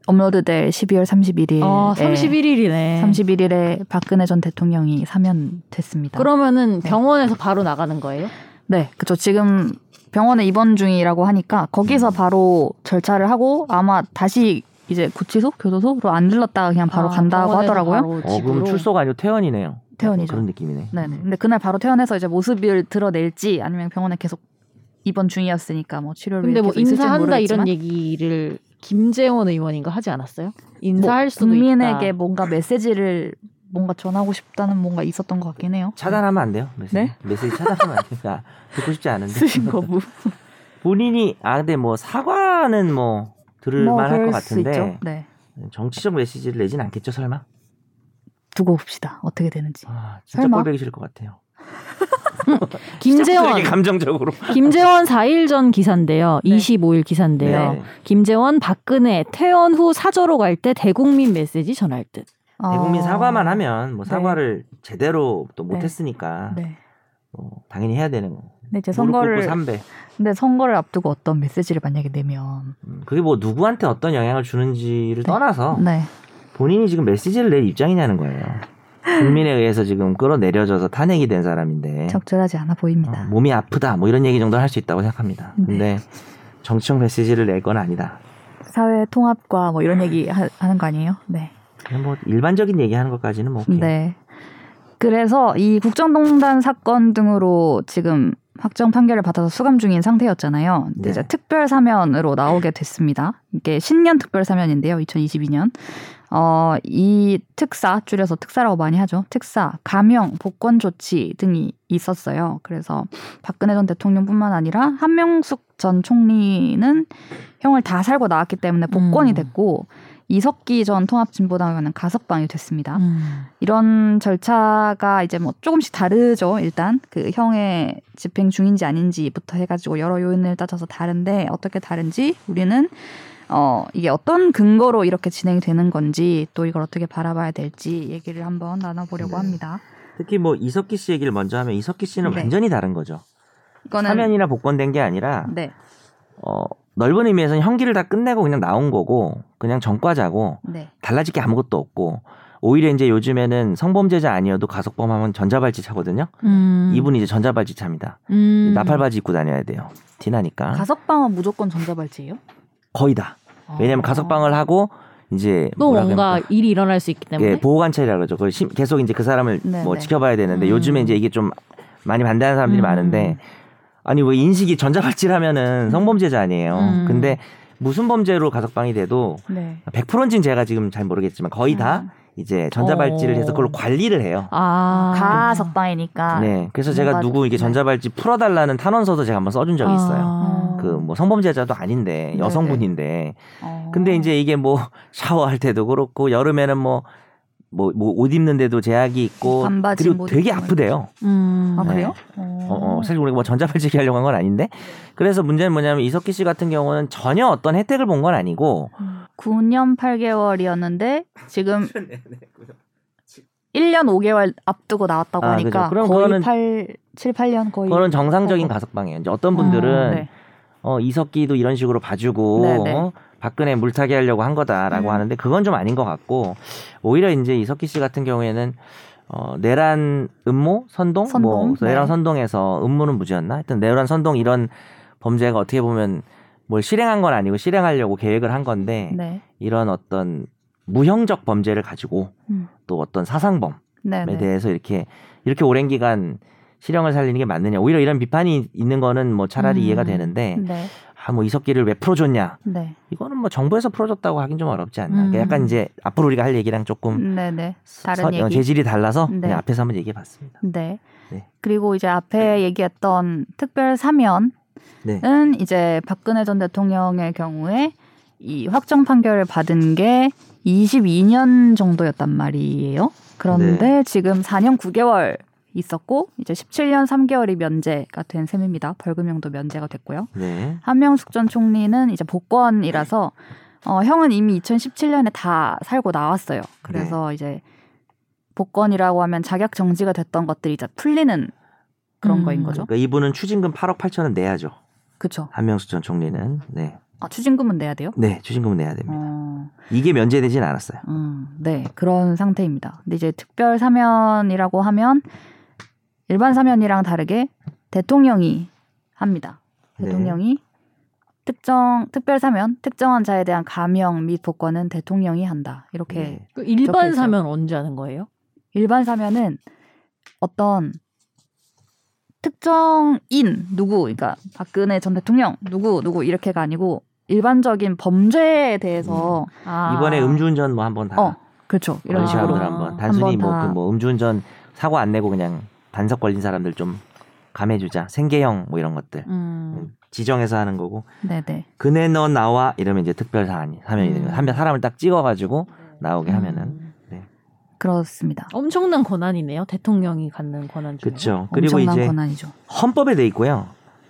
[SPEAKER 1] 업로드될 12월 31일.
[SPEAKER 4] 어, 31일이네.
[SPEAKER 1] 31일에 박근혜 전 대통령이 사면됐습니다.
[SPEAKER 4] 그러면은
[SPEAKER 1] 네.
[SPEAKER 4] 병원에서 바로 나가는 거예요?
[SPEAKER 1] 네, 그쵸. 지금 병원에 입원 중이라고 하니까
[SPEAKER 4] 음.
[SPEAKER 1] 거기서 바로 절차를 하고 아마 다시 이제 구치소, 교도소로 안 들렀다가 그냥 바로
[SPEAKER 4] 아,
[SPEAKER 1] 간다고
[SPEAKER 4] 병원에서
[SPEAKER 1] 하더라고요.
[SPEAKER 4] 바로
[SPEAKER 3] 어,
[SPEAKER 4] 집으로.
[SPEAKER 3] 그럼 출소가 아니고 퇴원이네요.
[SPEAKER 1] 퇴원이죠.
[SPEAKER 3] 그런 느낌이네.
[SPEAKER 1] 네, 네. 근데 그날 바로 퇴원해서 이제 모습을 드러낼지 아니면 병원에 계속 입원 중이었으니까 뭐 치료를
[SPEAKER 4] 근데 뭐
[SPEAKER 1] 계속 있을지
[SPEAKER 4] 인사한다 이런
[SPEAKER 1] 모르겠지만
[SPEAKER 4] 얘기를 김재원 의원인가 하지 않았어요? 인사할
[SPEAKER 1] 뭐
[SPEAKER 4] 수도
[SPEAKER 1] 국민에게
[SPEAKER 4] 있다.
[SPEAKER 1] 뭔가 메시지를 뭔가 전하고 싶다는 뭔가 있었던 것 같긴 해요.
[SPEAKER 3] 차단하면 안 돼요. 메시지.
[SPEAKER 1] 네? 뭐.
[SPEAKER 3] 메시지 차단하면 안 돼요. 아, 듣고 싶지 않은데.
[SPEAKER 6] 쓰신 거부.
[SPEAKER 3] 본인이 아 근데 뭐 사과는 뭐 들을 만할 것
[SPEAKER 1] 그럴 수
[SPEAKER 3] 같은데
[SPEAKER 1] 있죠. 네.
[SPEAKER 3] 정치적 메시지를 내진 않겠죠 설마?
[SPEAKER 1] 두고 봅시다. 어떻게 되는지.
[SPEAKER 3] 아 진짜
[SPEAKER 1] 설마?
[SPEAKER 3] 꼴보기 싫을 것 같아요.
[SPEAKER 4] 김재원
[SPEAKER 3] 갑자기 감정적으로.
[SPEAKER 4] 김재원 4일 전 기사인데요.
[SPEAKER 1] 네.
[SPEAKER 4] 25일 기사인데요.
[SPEAKER 3] 네.
[SPEAKER 4] 김재원 박근혜 퇴원 후 사저로 갈 때 대국민 메시지 전할 듯.
[SPEAKER 3] 대국민
[SPEAKER 1] 어,
[SPEAKER 3] 사과만 하면 뭐
[SPEAKER 1] 네.
[SPEAKER 3] 사과를 제대로 또
[SPEAKER 1] 네.
[SPEAKER 3] 못했으니까
[SPEAKER 1] 네.
[SPEAKER 3] 어, 당연히 해야 되는 거.
[SPEAKER 1] 근데 이제
[SPEAKER 3] 선거를
[SPEAKER 1] 선거를
[SPEAKER 3] 삼배.
[SPEAKER 1] 근데 선거를 앞두고 어떤 메시지를 만약에 내면
[SPEAKER 3] 음, 그게 뭐 누구한테 어떤 영향을 주는지를
[SPEAKER 1] 네.
[SPEAKER 3] 떠나서
[SPEAKER 1] 네.
[SPEAKER 3] 본인이 지금 메시지를 낼 입장이냐는 거예요. 국민에 의해서 지금 끌어내려져서 탄핵이 된 사람인데
[SPEAKER 1] 적절하지 않아 네. 보입니다.
[SPEAKER 3] 네. 어, 몸이 아프다 뭐 이런 얘기 정도는 할 수 있다고 생각합니다. 근데 정치적 메시지를 낼 건 아니다.
[SPEAKER 1] 사회 통합과 뭐 이런 얘기 하, 는거 아니에요? 네.
[SPEAKER 3] 그냥 뭐 일반적인 얘기하는 것까지는 뭐 오케이.
[SPEAKER 1] 네. 그래서 이 국정농단 사건 등으로 지금 확정 판결을 받아서 수감 중인 상태였잖아요. 근데
[SPEAKER 3] 네.
[SPEAKER 1] 이제 특별 사면으로 나오게 됐습니다. 이게 신년 특별 사면인데요. 2022년. 어, 이 특사, 줄여서 특사라고 많이 하죠. 특사, 감형, 복권 조치 등이 있었어요. 그래서 박근혜 전 대통령뿐만 아니라 한명숙 전 총리는 형을 다 살고 나왔기 때문에 복권이
[SPEAKER 4] 음.
[SPEAKER 1] 됐고 이석기 전 통합진보당 의원은 가석방이 됐습니다. 이런 절차가 이제 뭐 조금씩 다르죠. 일단 그 형의 집행 중인지 아닌지부터 해가지고 여러 요인을 따져서 다른데 어떻게 다른지 우리는 어 이게 어떤 근거로 이렇게 진행이 되는 건지 또 이걸 어떻게 바라봐야 될지 얘기를 한번 나눠보려고
[SPEAKER 3] 네.
[SPEAKER 1] 합니다.
[SPEAKER 3] 특히 뭐 이석기 씨 얘기를 먼저 하면 이석기 씨는
[SPEAKER 1] 네.
[SPEAKER 3] 완전히 다른 거죠.
[SPEAKER 1] 이거는
[SPEAKER 3] 사면이나 복권된 게 아니라
[SPEAKER 1] 네,
[SPEAKER 3] 어, 넓은 의미에서는 형기를 다 끝내고 그냥 나온 거고 그냥 전과자고
[SPEAKER 1] 네,
[SPEAKER 3] 달라질 게 아무것도 없고 오히려 이제 요즘에는 성범죄자 아니어도 가석범하면 전자발찌 차거든요.
[SPEAKER 4] 음.
[SPEAKER 1] 음.
[SPEAKER 3] 이분이 이제 전자발찌 차입니다. 나팔바지 입고 다녀야 돼요. 티나니까
[SPEAKER 1] 가석방은 아. 무조건 전자발찌예요?
[SPEAKER 3] 거의 다. 왜냐면 가석방을 하고 이제
[SPEAKER 4] 또
[SPEAKER 3] 뭐라
[SPEAKER 4] 뭔가
[SPEAKER 3] 그럽니까?
[SPEAKER 4] 일이 일어날 수 있기 때문에
[SPEAKER 3] 예, 보호관찰이라 그러죠. 그걸 심- 계속 이제 그 사람을
[SPEAKER 1] 네,
[SPEAKER 3] 뭐
[SPEAKER 1] 네.
[SPEAKER 3] 지켜봐야 되는데
[SPEAKER 4] 음.
[SPEAKER 3] 요즘에 이제 이게 좀 많이 반대하는 사람들이
[SPEAKER 4] 음.
[SPEAKER 3] 많은데 아니 왜 인식이 전자발찌라면은 성범죄자 아니에요.
[SPEAKER 4] 음.
[SPEAKER 3] 근데 무슨 범죄로 가석방이 돼도
[SPEAKER 1] 네.
[SPEAKER 3] 100%인지는 제가 지금 잘 모르겠지만 거의 다
[SPEAKER 1] 음.
[SPEAKER 3] 이제 전자발찌를
[SPEAKER 4] 아. 어.
[SPEAKER 3] 해서 그걸 관리를 해요.
[SPEAKER 4] 아
[SPEAKER 1] 가석방이니까
[SPEAKER 3] 네. 그래서 제가
[SPEAKER 1] 뭔가-
[SPEAKER 3] 누구 이게
[SPEAKER 1] 네.
[SPEAKER 3] 전자발찌 풀어달라는 탄원서도 제가 한번 써준 적이 있어요.
[SPEAKER 4] 아.
[SPEAKER 3] 그 뭐 성범죄자도 아닌데
[SPEAKER 1] 네네.
[SPEAKER 3] 여성분인데
[SPEAKER 1] 어.
[SPEAKER 3] 근데 이제 이게 뭐 샤워할 때도 그렇고 여름에는 뭐 뭐 뭐 옷 입는데도 제약이 있고
[SPEAKER 1] 반바지
[SPEAKER 3] 뭐
[SPEAKER 1] 뭐
[SPEAKER 3] 그리고
[SPEAKER 1] 못 음.
[SPEAKER 3] 되게
[SPEAKER 1] 입고
[SPEAKER 3] 아프대요.
[SPEAKER 4] 음.
[SPEAKER 1] 아 그래요?
[SPEAKER 3] 어, 어, 사실 우리가 뭐 전자발찌기 하려고 한 건 아닌데
[SPEAKER 1] 네.
[SPEAKER 3] 그래서 문제는 뭐냐면 이석기 씨 같은 경우는 전혀 어떤 혜택을 본 건 아니고
[SPEAKER 1] 9년 8개월이었는데 지금 어, 1년 5개월 앞두고 나왔다고
[SPEAKER 3] 아,
[SPEAKER 1] 하니까
[SPEAKER 3] 그죠. 그럼
[SPEAKER 1] 거의
[SPEAKER 3] 그거는-
[SPEAKER 1] 8, 7, 8년 거의
[SPEAKER 3] 그거는 정상적인 가석방이에요. 이제 어떤 분들은
[SPEAKER 1] 네.
[SPEAKER 3] 어, 이석기도 이런 식으로 봐주고
[SPEAKER 1] 네, 네.
[SPEAKER 3] 어, 박근혜 물타기 하려고 한 거다라고
[SPEAKER 1] 음.
[SPEAKER 3] 하는데 그건 좀 아닌 것 같고 오히려 이제 이석기 씨 같은 경우에는 어, 내란 음모 선동,
[SPEAKER 1] 선동,
[SPEAKER 3] 뭐
[SPEAKER 1] 네.
[SPEAKER 3] 내란 선동에서 음모는 무죄였나? 하여튼 내란 선동 이런 범죄가 어떻게 보면 뭘 실행한 건 아니고 실행하려고 계획을 한 건데
[SPEAKER 1] 네.
[SPEAKER 3] 이런 어떤 무형적 범죄를 가지고
[SPEAKER 1] 음.
[SPEAKER 3] 또 어떤 사상범
[SPEAKER 1] 네.
[SPEAKER 3] 에
[SPEAKER 1] 네.
[SPEAKER 3] 대해서 이렇게 이렇게 오랜 기간 실형을 살리는 게 맞느냐 오히려 이런 비판이 있는 거는 뭐 차라리
[SPEAKER 4] 음.
[SPEAKER 3] 이해가 되는데
[SPEAKER 1] 네.
[SPEAKER 3] 아 뭐 이석기를 왜 풀어줬냐
[SPEAKER 1] 네.
[SPEAKER 3] 이거는 뭐 정부에서 풀어줬다고 하긴 좀 어렵지 않나 그러니까
[SPEAKER 4] 음.
[SPEAKER 3] 약간 이제 앞으로 우리가 할 얘기랑 조금
[SPEAKER 1] 네. 네. 다른
[SPEAKER 3] 음. 서- 어,
[SPEAKER 1] 얘기.
[SPEAKER 3] 재질이 달라서
[SPEAKER 1] 네.
[SPEAKER 3] 그냥 앞에서 한번 얘기해 봤습니다
[SPEAKER 1] 네.
[SPEAKER 3] 네.
[SPEAKER 1] 그리고 이제 앞에 얘기했던 특별 사면은
[SPEAKER 3] 네.
[SPEAKER 1] 이제 박근혜 전 대통령의 경우에 이 확정 판결을 받은 게 22년 정도였단 말이에요. 그런데
[SPEAKER 3] 네.
[SPEAKER 1] 지금 4년 9개월 있었고 이제 17년 3개월이 면제가 된 셈입니다. 벌금형도 면제가 됐고요.
[SPEAKER 3] 네
[SPEAKER 1] 한명숙 전 총리는 이제 복권이라서 어, 형은 이미 2017년에 다 살고 나왔어요. 그래서 이제 복권이라고 하면 자격 정지가 됐던 것들이 이제 풀리는 그런
[SPEAKER 4] 음.
[SPEAKER 1] 거인 거죠.
[SPEAKER 3] 그러니까 이분은 추징금 8억 8천은 내야죠.
[SPEAKER 1] 그렇죠.
[SPEAKER 3] 한명수 전 총리는 네,
[SPEAKER 1] 아, 추징금은 내야 돼요?
[SPEAKER 3] 네 추징금은 내야 됩니다.
[SPEAKER 1] 어,
[SPEAKER 3] 이게 면제되진 않았어요.
[SPEAKER 1] 음, 네, 그런 상태입니다. 근데 이제 특별 사면이라고 하면 일반 사면이랑 다르게 대통령이 합니다.
[SPEAKER 3] 네.
[SPEAKER 1] 대통령이 특정 특별 사면, 특정한 자에 대한 감형 및 복권은 대통령이 한다. 이렇게
[SPEAKER 3] 네.
[SPEAKER 4] 그 일반
[SPEAKER 1] 적혀있어요.
[SPEAKER 4] 사면 언제 하는 거예요?
[SPEAKER 1] 일반 사면은 어떤 특정인 누구 그러니까 박근혜 전 대통령 누구 누구 이렇게가 아니고 일반적인 범죄에
[SPEAKER 3] 음.
[SPEAKER 1] 대해서
[SPEAKER 4] 아.
[SPEAKER 3] 이번에 음주운전 뭐 한번 다
[SPEAKER 1] 어, 그렇죠
[SPEAKER 3] 이런
[SPEAKER 1] 이런
[SPEAKER 4] 아.
[SPEAKER 1] 식으로
[SPEAKER 3] 식으로
[SPEAKER 4] 식으로.
[SPEAKER 3] 한번 단순히
[SPEAKER 1] 한번
[SPEAKER 3] 뭐,
[SPEAKER 1] 다.
[SPEAKER 3] 그뭐 음주운전 사고 안 내고 그냥 단속 걸린 사람들 좀 감해주자 생계형 뭐 이런 것들
[SPEAKER 4] 음.
[SPEAKER 3] 지정해서 하는 거고
[SPEAKER 1] 네네
[SPEAKER 3] 그네 너 나와 이러면 이제 특별 사안이 사면이 되는 거예요.
[SPEAKER 4] 음.
[SPEAKER 3] 한 명- 사람을 딱 찍어가지고 나오게 하면은
[SPEAKER 4] 음.
[SPEAKER 1] 그렇습니다
[SPEAKER 3] 어,
[SPEAKER 4] 엄청난 권한이네요. 대통령이 갖는 권한 중에.
[SPEAKER 3] 그렇죠. 그리고
[SPEAKER 1] 엄청난
[SPEAKER 3] 이제
[SPEAKER 1] 권한이죠
[SPEAKER 3] 헌법에 돼 있고요.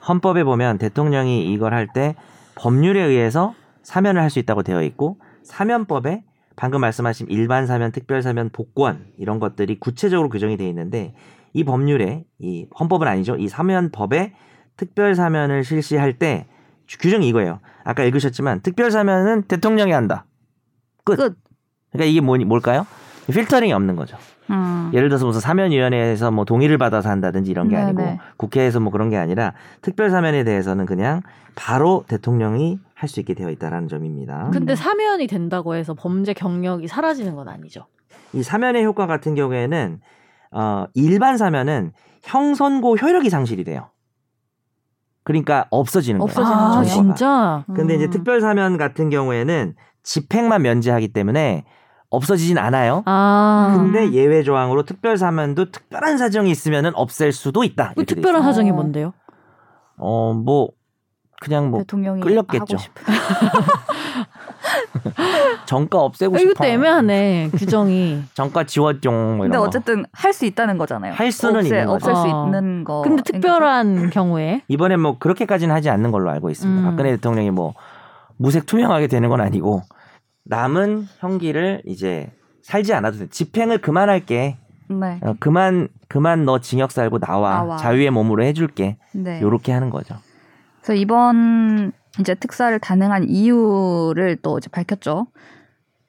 [SPEAKER 3] 헌법에 보면 대통령이 이걸 할 때 법률에 의해서 사면을 할 수 있다고 되어 있고 사면법에 방금 말씀하신 일반 사면, 특별 사면, 복권 이런 것들이 구체적으로 규정이 되어 있는데 이 법률에 이 헌법은 아니죠. 이 사면법에 특별 사면을 실시할 때 주- 규정이 이거예요. 아까 읽으셨지만 특별 사면은 대통령이 한다. 끝.
[SPEAKER 1] 끝.
[SPEAKER 3] 그러니까 이게 뭐니- 뭘까요? 필터링이 없는 거죠.
[SPEAKER 1] 음.
[SPEAKER 3] 예를 들어서 무슨 사면위원회에서 뭐 동의를 받아서 한다든지 이런 게 아니고
[SPEAKER 1] 네네.
[SPEAKER 3] 국회에서 뭐 그런 게 아니라 특별 사면에 대해서는 그냥 바로 대통령이 할 수 있게 되어 있다라는 점입니다.
[SPEAKER 4] 근데
[SPEAKER 1] 음.
[SPEAKER 4] 사면이 된다고 해서 범죄 경력이 사라지는 건 아니죠.
[SPEAKER 3] 이 사면의 효과 같은 경우에는 어, 일반 사면은 형선고 효력이 상실이 돼요. 그러니까 없어지는 거예요.
[SPEAKER 1] 없어지는 거죠.
[SPEAKER 4] 아,
[SPEAKER 1] 정보가.
[SPEAKER 4] 진짜?
[SPEAKER 1] 음.
[SPEAKER 3] 근데 이제 특별 사면 같은 경우에는 집행만 면제하기 때문에 없어지진 않아요.
[SPEAKER 4] 아.
[SPEAKER 3] 근데 예외 조항으로 특별 사면도 특별한 사정이 있으면은 없앨 수도 있다.
[SPEAKER 4] 그
[SPEAKER 3] 이렇게 돼
[SPEAKER 4] 특별한
[SPEAKER 1] 있어요.
[SPEAKER 4] 사정이
[SPEAKER 1] 어.
[SPEAKER 4] 뭔데요?
[SPEAKER 3] 어, 뭐, 그냥 뭐,
[SPEAKER 1] 대통령이
[SPEAKER 3] 끌렸겠죠. 뭐
[SPEAKER 1] 하고 싶은
[SPEAKER 3] 정가 없애고
[SPEAKER 4] 아,
[SPEAKER 3] 싶어.
[SPEAKER 4] 이것도 애매하네, 규정이.
[SPEAKER 3] 정가 지워종, 뭐 이런
[SPEAKER 1] 근데
[SPEAKER 3] 거.
[SPEAKER 1] 어쨌든 할 수 있다는 거잖아요
[SPEAKER 3] 할 수는
[SPEAKER 1] 없애,
[SPEAKER 3] 있는 거죠.
[SPEAKER 1] 없앨 수
[SPEAKER 4] 어.
[SPEAKER 1] 있는 거 그러니까
[SPEAKER 4] 근데 특별한 경우에.
[SPEAKER 3] 이번엔 뭐, 그렇게까지는 하지 않는 걸로 알고 있습니다.
[SPEAKER 4] 음.
[SPEAKER 3] 박근혜 대통령이 뭐, 무색 투명하게 되는 건 아니고, 남은 형기를 이제, 살지 않아도 돼. 집행을 그만할게.
[SPEAKER 1] 네.
[SPEAKER 3] 어, 그만, 그만 너 징역 살고 나와.
[SPEAKER 1] 나와.
[SPEAKER 3] 자유의 몸으로 해줄게.
[SPEAKER 1] 네.
[SPEAKER 3] 요렇게 하는 거죠.
[SPEAKER 1] 그래서 이번 이제 특사를 단행한 이유를 또 이제 밝혔죠.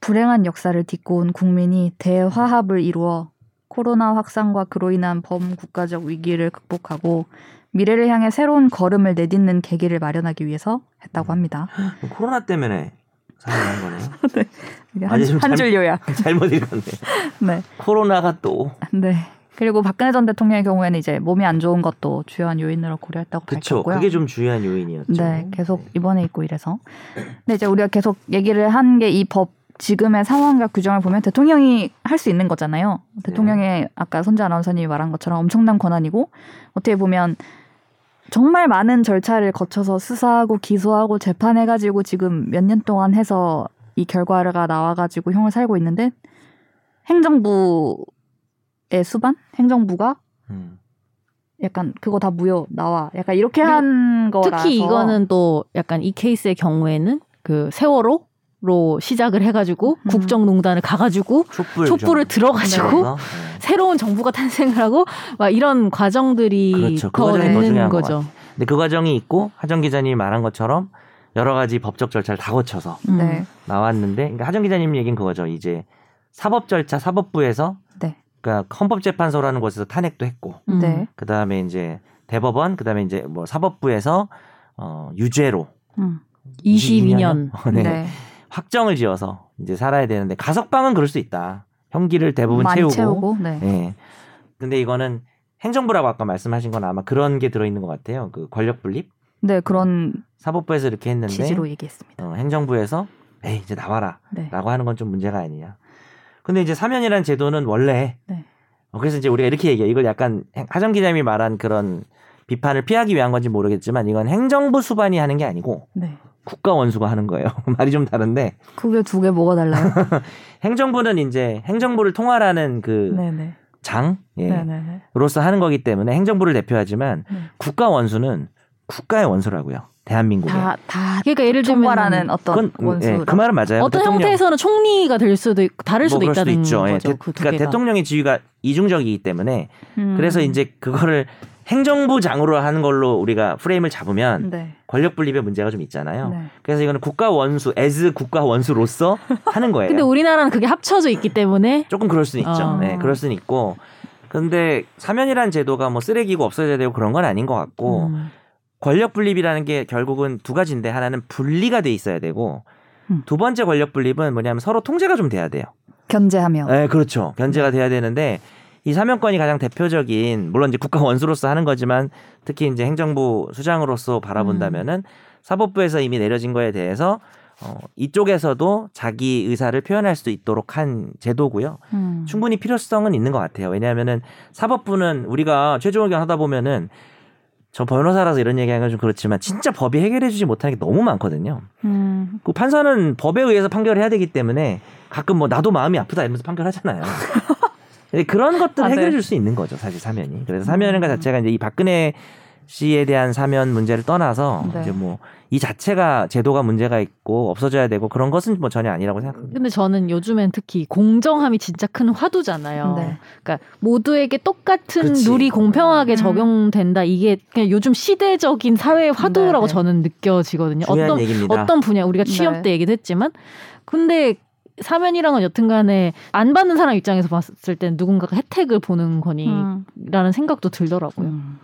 [SPEAKER 1] 불행한 역사를 딛고 온 국민이 대화합을 이루어 코로나 확산과 그로 인한 범국가적 위기를 극복하고 미래를 향해 새로운 걸음을 내딛는 계기를 마련하기 위해서 했다고 합니다.
[SPEAKER 3] 뭐 코로나 때문에 사는 거네요.
[SPEAKER 1] 이게
[SPEAKER 3] 아니, 좀
[SPEAKER 1] 한 줄 요약.
[SPEAKER 3] 잘못 읽었네.
[SPEAKER 1] 네.
[SPEAKER 3] 코로나가 또.
[SPEAKER 1] 네. 그리고 박근혜 전 대통령의 경우에는 이제 몸이 안 좋은 것도 주요한 요인으로 고려했다고
[SPEAKER 3] 그쵸.
[SPEAKER 1] 밝혔고요.
[SPEAKER 3] 그게 좀 중요한 요인이었죠.
[SPEAKER 1] 네, 계속 입원해 있고 이래서. 근데 이제 우리가 계속 얘기를 한 게 이 법 지금의 상황과 규정을 보면 대통령이 할 수 있는 거잖아요.
[SPEAKER 4] 네.
[SPEAKER 1] 대통령의 아까 손재 아나운서님이 말한 것처럼 엄청난 권한이고 어떻게 보면 정말 많은 절차를 거쳐서 수사하고 기소하고 재판해가지고 지금 몇 년 동안 해서 이 결과가 나와가지고 형을 살고 있는데 행정부의 수반? 행정부가
[SPEAKER 3] 음.
[SPEAKER 1] 약간 그거 다 무효 나와 약간 이렇게 한 거라서
[SPEAKER 4] 네. 특히 이거는 또 약간 이 케이스의 경우에는 그 세월호로 시작을 해가지고
[SPEAKER 1] 음.
[SPEAKER 4] 국정농단을 가가지고
[SPEAKER 3] 촛불
[SPEAKER 4] 촛불을
[SPEAKER 3] 좀
[SPEAKER 4] 들어가지고
[SPEAKER 3] 들어서, 네.
[SPEAKER 4] 새로운 정부가 탄생을 하고 막 이런 과정들이
[SPEAKER 3] 그렇죠. 그
[SPEAKER 4] 더
[SPEAKER 3] 과정이 더
[SPEAKER 4] 있는
[SPEAKER 3] 중요한 것
[SPEAKER 4] 거죠.
[SPEAKER 3] 근데 그 과정이 있고 하정 기자님이 말한 것처럼 여러 가지 법적 절차를 다 거쳐서
[SPEAKER 4] 음.
[SPEAKER 1] 네.
[SPEAKER 3] 나왔는데 그러니까 하정 기자님 얘기는 그거죠. 이제 사법 절차 사법부에서
[SPEAKER 1] 네.
[SPEAKER 3] 그러니까 헌법재판소라는 곳에서 탄핵도 했고
[SPEAKER 4] 음.
[SPEAKER 1] 네.
[SPEAKER 3] 그다음에 이제 대법원 그다음에 이제 뭐 사법부에서 어 유죄로
[SPEAKER 1] 음.
[SPEAKER 4] 22년.
[SPEAKER 3] 어, 네. 확정을 지어서 이제 살아야 되는데 가석방은 그럴 수 있다. 형기를 대부분
[SPEAKER 1] 많이
[SPEAKER 3] 채우고,
[SPEAKER 1] 채우고. 네.
[SPEAKER 3] 예. 근데 이거는 행정부라고 아까 말씀하신 건 아마 그런 게 들어 있는 것 같아요. 그 권력 분립
[SPEAKER 1] 네, 그런
[SPEAKER 3] 사법부에서 이렇게 했는데
[SPEAKER 1] 취지로 얘기했습니다.
[SPEAKER 3] 어, 행정부에서 에이 이제 나와라
[SPEAKER 1] 네.
[SPEAKER 3] 라고 하는 건 좀 문제가 아니냐 근데 이제 사면이라는 제도는 원래
[SPEAKER 1] 네.
[SPEAKER 3] 어, 그래서 이제 우리가 이렇게 얘기해요 이걸 약간 행- 하정 기자님이 말한 그런 비판을 피하기 위한 건지 모르겠지만 이건 행정부 수반이 하는 게 아니고
[SPEAKER 1] 네.
[SPEAKER 3] 국가 원수가 하는 거예요 말이 좀 다른데
[SPEAKER 1] 그게 두 개 뭐가 달라요?
[SPEAKER 3] 행정부는 이제 행정부를 통할하는
[SPEAKER 1] 네, 네.
[SPEAKER 3] 그 장
[SPEAKER 1] 네, 네, 네.
[SPEAKER 3] 로서 하는 거기 때문에 행정부를 대표하지만
[SPEAKER 4] 음.
[SPEAKER 1] 네.
[SPEAKER 3] 국가 원수는 국가의 원수라고요 대한민국의
[SPEAKER 1] 다, 다
[SPEAKER 4] 그러니까 예를 들면
[SPEAKER 1] 총괄하는 어떤
[SPEAKER 3] 네. 그건 음,
[SPEAKER 1] 원수.
[SPEAKER 3] 예, 그 말은 맞아요
[SPEAKER 4] 어떤
[SPEAKER 3] 대통령-
[SPEAKER 4] 형태에서는 총리가 될 수도 있고 다를 수도
[SPEAKER 3] 뭐 그럴 수도
[SPEAKER 4] 있다는
[SPEAKER 3] 있죠. 예,
[SPEAKER 4] 거죠.
[SPEAKER 3] 대-
[SPEAKER 4] 그두 음.
[SPEAKER 3] 그러니까
[SPEAKER 1] 음.
[SPEAKER 4] 개가.
[SPEAKER 3] 대통령의 지위가 이중적이기 때문에 그래서 이제 그거를 행정부장으로 하는 걸로 우리가 프레임을
[SPEAKER 4] 음.
[SPEAKER 3] 잡으면
[SPEAKER 1] 네.
[SPEAKER 3] 권력 분립의 문제가 좀 있잖아요.
[SPEAKER 1] 네.
[SPEAKER 3] 그래서 이거는 국가 원수, as 국가 원수로서 하는 거예요.
[SPEAKER 4] 근데 우리나라는 그게 합쳐져 있기 때문에
[SPEAKER 3] 조금 그럴 수는 있죠.
[SPEAKER 4] 어.
[SPEAKER 3] 네, 그럴 수는 있고. 근데 사면이라는 제도가 뭐 쓰레기고 없어져야 되고 그런 건 아닌 것 같고
[SPEAKER 4] 음.
[SPEAKER 3] 권력 분립이라는 게 결국은 두 가지인데 하나는 분리가 돼 있어야 되고
[SPEAKER 1] 음.
[SPEAKER 3] 두 번째 권력 분립은 뭐냐면 서로 통제가 좀 돼야 돼요.
[SPEAKER 1] 견제하며.
[SPEAKER 3] 네, 그렇죠. 견제가 돼야 되는데 이 사면권이 가장 대표적인 물론 이제 국가 원수로서 하는 거지만 특히 이제 행정부 수장으로서 바라본다면은 사법부에서 이미 내려진 거에 대해서 어, 이쪽에서도 자기 의사를 표현할 수 있도록 한 제도고요.
[SPEAKER 1] 음.
[SPEAKER 3] 충분히 필요성은 있는 것 같아요. 왜냐하면은 사법부는 우리가 최종 의견 하다 보면은 저 변호사라서 이런 얘기하는 건 좀 그렇지만 진짜 법이 해결해주지 못하는 게 너무 많거든요.
[SPEAKER 1] 음.
[SPEAKER 3] 그 판사는 법에 의해서 판결을 해야 되기 때문에 가끔 뭐 나도 마음이 아프다 이러면서 판결하잖아요. 근데 그런 것들을
[SPEAKER 6] 아, 네.
[SPEAKER 3] 해결해 줄 수 있는 거죠, 사실 사면이. 그래서 사면인
[SPEAKER 4] 음.
[SPEAKER 3] 것 자체가 이제 이 박근혜 씨에 대한 사면 문제를 떠나서
[SPEAKER 1] 네.
[SPEAKER 3] 이제 뭐 이 자체가 제도가 문제가 있고 없어져야 되고 그런 것은 뭐 전혀 아니라고 생각합니다.
[SPEAKER 4] 근데 저는 요즘엔 특히 공정함이 진짜 큰 화두잖아요.
[SPEAKER 1] 네.
[SPEAKER 4] 그러니까 모두에게 똑같은
[SPEAKER 3] 그치.
[SPEAKER 4] 룰이 공평하게
[SPEAKER 1] 음.
[SPEAKER 4] 적용된다. 이게 그냥 요즘 시대적인 사회의 화두라고
[SPEAKER 1] 네, 네.
[SPEAKER 4] 저는 느껴지거든요.
[SPEAKER 3] 중요한
[SPEAKER 4] 어떤
[SPEAKER 3] 얘기입니다.
[SPEAKER 4] 어떤 분야 우리가 취업
[SPEAKER 1] 네.
[SPEAKER 4] 때 얘기도 했지만 근데 사면이랑은 여튼간에 안 받는 사람 입장에서 봤을 땐 누군가가 혜택을 보는 거니라는
[SPEAKER 1] 음.
[SPEAKER 4] 생각도 들더라고요.
[SPEAKER 1] 음.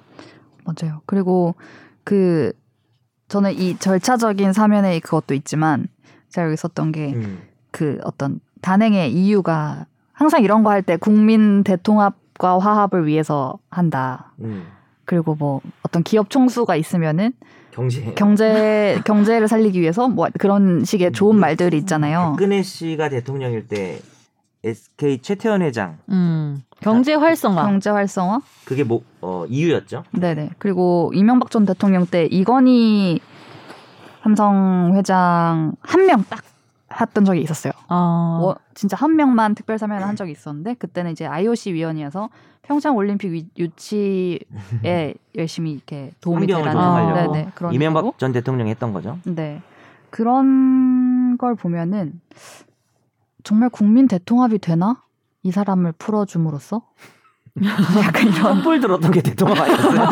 [SPEAKER 1] 맞아요. 그리고 그 저는 이 절차적인 사면의 그것도 있지만 제가 여기 썼던 게
[SPEAKER 3] 음.
[SPEAKER 1] 그 어떤 단행의 이유가 항상 이런 거 할 때 국민 대통합과 화합을 위해서 한다.
[SPEAKER 3] 음.
[SPEAKER 1] 그리고 뭐 어떤 기업 총수가 있으면은
[SPEAKER 3] 경제.
[SPEAKER 1] 경제 경제를 살리기 위해서 뭐 그런 식의 좋은
[SPEAKER 3] 음.
[SPEAKER 1] 말들이 있잖아요.
[SPEAKER 3] 박근혜 씨가 대통령일 때 SK 최태원 회장
[SPEAKER 4] 음. 경제 활성화.
[SPEAKER 1] 경제 활성화.
[SPEAKER 3] 그게 뭐 어, 이유였죠?
[SPEAKER 1] 네네. 그리고 이명박 전 대통령 때 이건희 삼성 회장 한 명 딱 했던 적이 있었어요.
[SPEAKER 4] 아.
[SPEAKER 1] 뭐 진짜 한 명만 특별 사면을
[SPEAKER 3] 네.
[SPEAKER 1] 한 적이 있었는데 그때는 이제 IOC 위원이어서 평창 올림픽 위- 유치에 열심히 이렇게 도움이
[SPEAKER 3] 환경을
[SPEAKER 1] 되라는
[SPEAKER 4] 조성하려고.
[SPEAKER 1] 네네, 그런
[SPEAKER 3] 이명박
[SPEAKER 1] 의미로.
[SPEAKER 3] 전 대통령이 했던 거죠.
[SPEAKER 1] 네 그런 걸 보면은 정말 국민 대통합이 되나 이 사람을 풀어줌으로써 약간 이런
[SPEAKER 3] 촛불 들었던 게 대통합 아니었어요?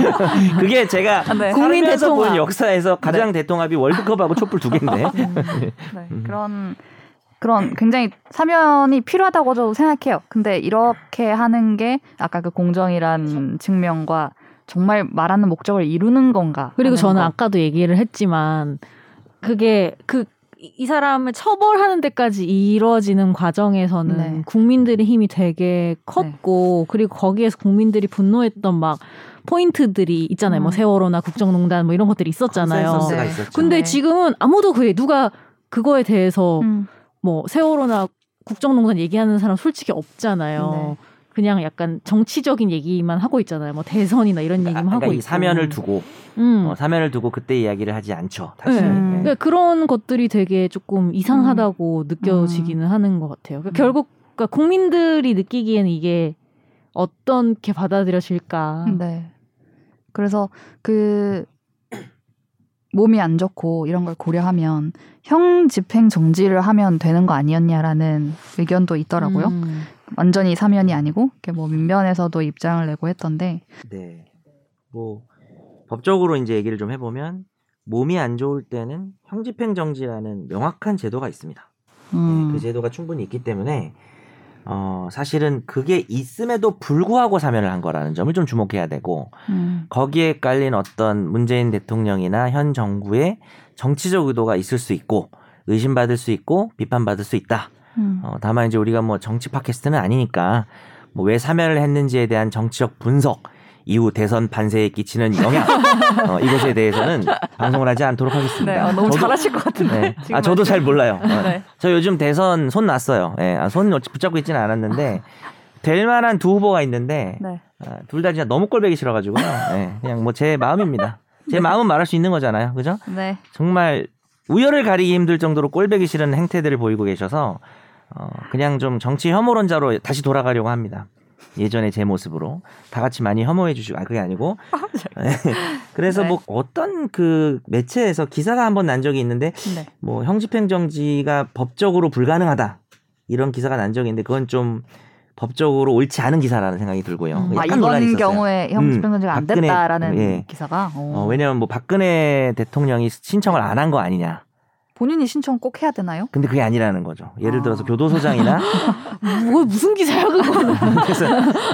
[SPEAKER 3] 그게 제가
[SPEAKER 1] 네.
[SPEAKER 3] 국민
[SPEAKER 4] 국민
[SPEAKER 3] 대통합 본
[SPEAKER 4] 대통합.
[SPEAKER 3] 역사에서 가장 대통합이 월드컵하고 촛불 두 개인데
[SPEAKER 1] 네,
[SPEAKER 3] 음.
[SPEAKER 1] 그런 그런 굉장히 사면이 필요하다고 저도 생각해요. 근데 이렇게 하는 게 아까 그 공정이란 측면과 정말 말하는 목적을 이루는 건가?
[SPEAKER 4] 그리고
[SPEAKER 1] 하는
[SPEAKER 4] 저는
[SPEAKER 1] 거.
[SPEAKER 4] 아까도 얘기를 했지만 그게 그 이 사람을 처벌하는 데까지 이루어지는 과정에서는
[SPEAKER 1] 네.
[SPEAKER 4] 국민들의 힘이 되게 컸고 그리고 거기에서 국민들이 분노했던 막 포인트들이 있잖아요.
[SPEAKER 1] 음.
[SPEAKER 4] 뭐 세월호나 국정농단 뭐 이런 것들이 있었잖아요.
[SPEAKER 3] 컨센서스가
[SPEAKER 1] 네.
[SPEAKER 3] 있었죠.
[SPEAKER 4] 근데
[SPEAKER 1] 네.
[SPEAKER 4] 지금은 아무도 그게 누가 그거에 대해서
[SPEAKER 1] 음.
[SPEAKER 4] 뭐 세월호나 국정농단 얘기하는 사람
[SPEAKER 1] 네.
[SPEAKER 4] 솔직히 없잖아요. 그냥 약간 정치적인 얘기만 하고 있잖아요. 뭐 대선이나 이런
[SPEAKER 3] 아,
[SPEAKER 4] 얘기만
[SPEAKER 3] 그러니까
[SPEAKER 4] 하고
[SPEAKER 3] 이
[SPEAKER 4] 있고.
[SPEAKER 3] 사면을 두고
[SPEAKER 4] 음.
[SPEAKER 3] 어, 사면을 두고 그때 이야기를 하지 않죠. 다시.
[SPEAKER 4] 네.
[SPEAKER 1] 음.
[SPEAKER 3] 네.
[SPEAKER 4] 그러니까 그런 것들이 되게 조금
[SPEAKER 3] 음.
[SPEAKER 4] 이상하다고 느껴지기는 하는 것 같아요. 그러니까
[SPEAKER 1] 음.
[SPEAKER 4] 결국 그러니까 국민들이 느끼기에는 이게 어떻게 받아들여질까.
[SPEAKER 3] 음.
[SPEAKER 1] 네. 그래서 그 몸이 안 좋고 이런 걸 고려하면 형 집행 정지를 하면 되는 거 아니었냐라는 의견도 있더라고요.
[SPEAKER 4] 음.
[SPEAKER 1] 완전히 사면이 아니고 이렇게 뭐 민변에서도 입장을 내고 했던데
[SPEAKER 3] 네. 뭐 법적으로 이제 얘기를 좀 해보면 몸이 안 좋을 때는 형집행 정지라는 명확한 제도가 있습니다. 네,
[SPEAKER 1] 음.
[SPEAKER 3] 그 제도가 충분히 있기 때문에 어, 사실은 그게 있음에도 불구하고 사면을 한 거라는 점을 좀 주목해야 되고
[SPEAKER 1] 음.
[SPEAKER 3] 거기에 깔린 어떤 문재인 대통령이나 현 정부의 정치적 의도가 있을 수 있고 의심받을 수 있고 비판받을 수 있다.
[SPEAKER 1] 음.
[SPEAKER 3] 어, 다만 이제 우리가 뭐 정치 팟캐스트는 아니니까 뭐 왜 사면을 했는지에 대한 정치적 분석 이후 대선 판세에 끼치는 영향 어, 이것에 대해서는 방송을 하지 않도록 하겠습니다.
[SPEAKER 6] 네, 아, 너무
[SPEAKER 3] 저도-
[SPEAKER 6] 잘하실 것 같은데.
[SPEAKER 3] 네.
[SPEAKER 6] 지금
[SPEAKER 3] 아 저도 잘 몰라요. 어,
[SPEAKER 6] 네.
[SPEAKER 3] 저 요즘 대선 손 났어요. 예, 아, 손 붙잡고 있지는 않았는데 될 만한 두 후보가 있는데 아,
[SPEAKER 1] 네.
[SPEAKER 3] 둘 다 진짜 너무 꼴배기 싫어가지고 예, 그냥 뭐 제 마음입니다. 제 마음은 말할 수 있는 거잖아요, 그죠?
[SPEAKER 1] 네.
[SPEAKER 3] 정말 우열을 가리기 힘들 정도로 꼴배기 싫은 행태들을 보이고 계셔서 어, 그냥 좀 정치 혐오론자로 다시 돌아가려고 합니다. 예전의 제 모습으로 다 같이 많이 혐오해 주시고 아 그게 아니고 그래서
[SPEAKER 1] 네.
[SPEAKER 3] 뭐 어떤 그 매체에서 기사가 한 번 난 적이 있는데
[SPEAKER 1] 네.
[SPEAKER 3] 뭐 형집행정지가 법적으로 불가능하다 이런 기사가 난 적이 있는데 그건 좀 법적으로 옳지 않은 기사라는 생각이 들고요.
[SPEAKER 4] 음.
[SPEAKER 1] 아,
[SPEAKER 3] 뭐 약간 논란이
[SPEAKER 1] 이번
[SPEAKER 3] 있었어요. 음.
[SPEAKER 1] 경우에 형집 편성제가 안
[SPEAKER 3] 박근혜,
[SPEAKER 1] 됐다라는
[SPEAKER 3] 예.
[SPEAKER 1] 기사가
[SPEAKER 3] 어,
[SPEAKER 1] 어.
[SPEAKER 3] 왜냐하면 뭐 박근혜 대통령이 신청을 안 한 거 아니냐.
[SPEAKER 1] 본인이 신청 꼭 해야 되나요?
[SPEAKER 3] 근데 그게 아니라는 거죠. 예를
[SPEAKER 1] 아.
[SPEAKER 3] 들어서 교도소장이나
[SPEAKER 4] 뭐 무슨 기사야 그거는.
[SPEAKER 3] 그래서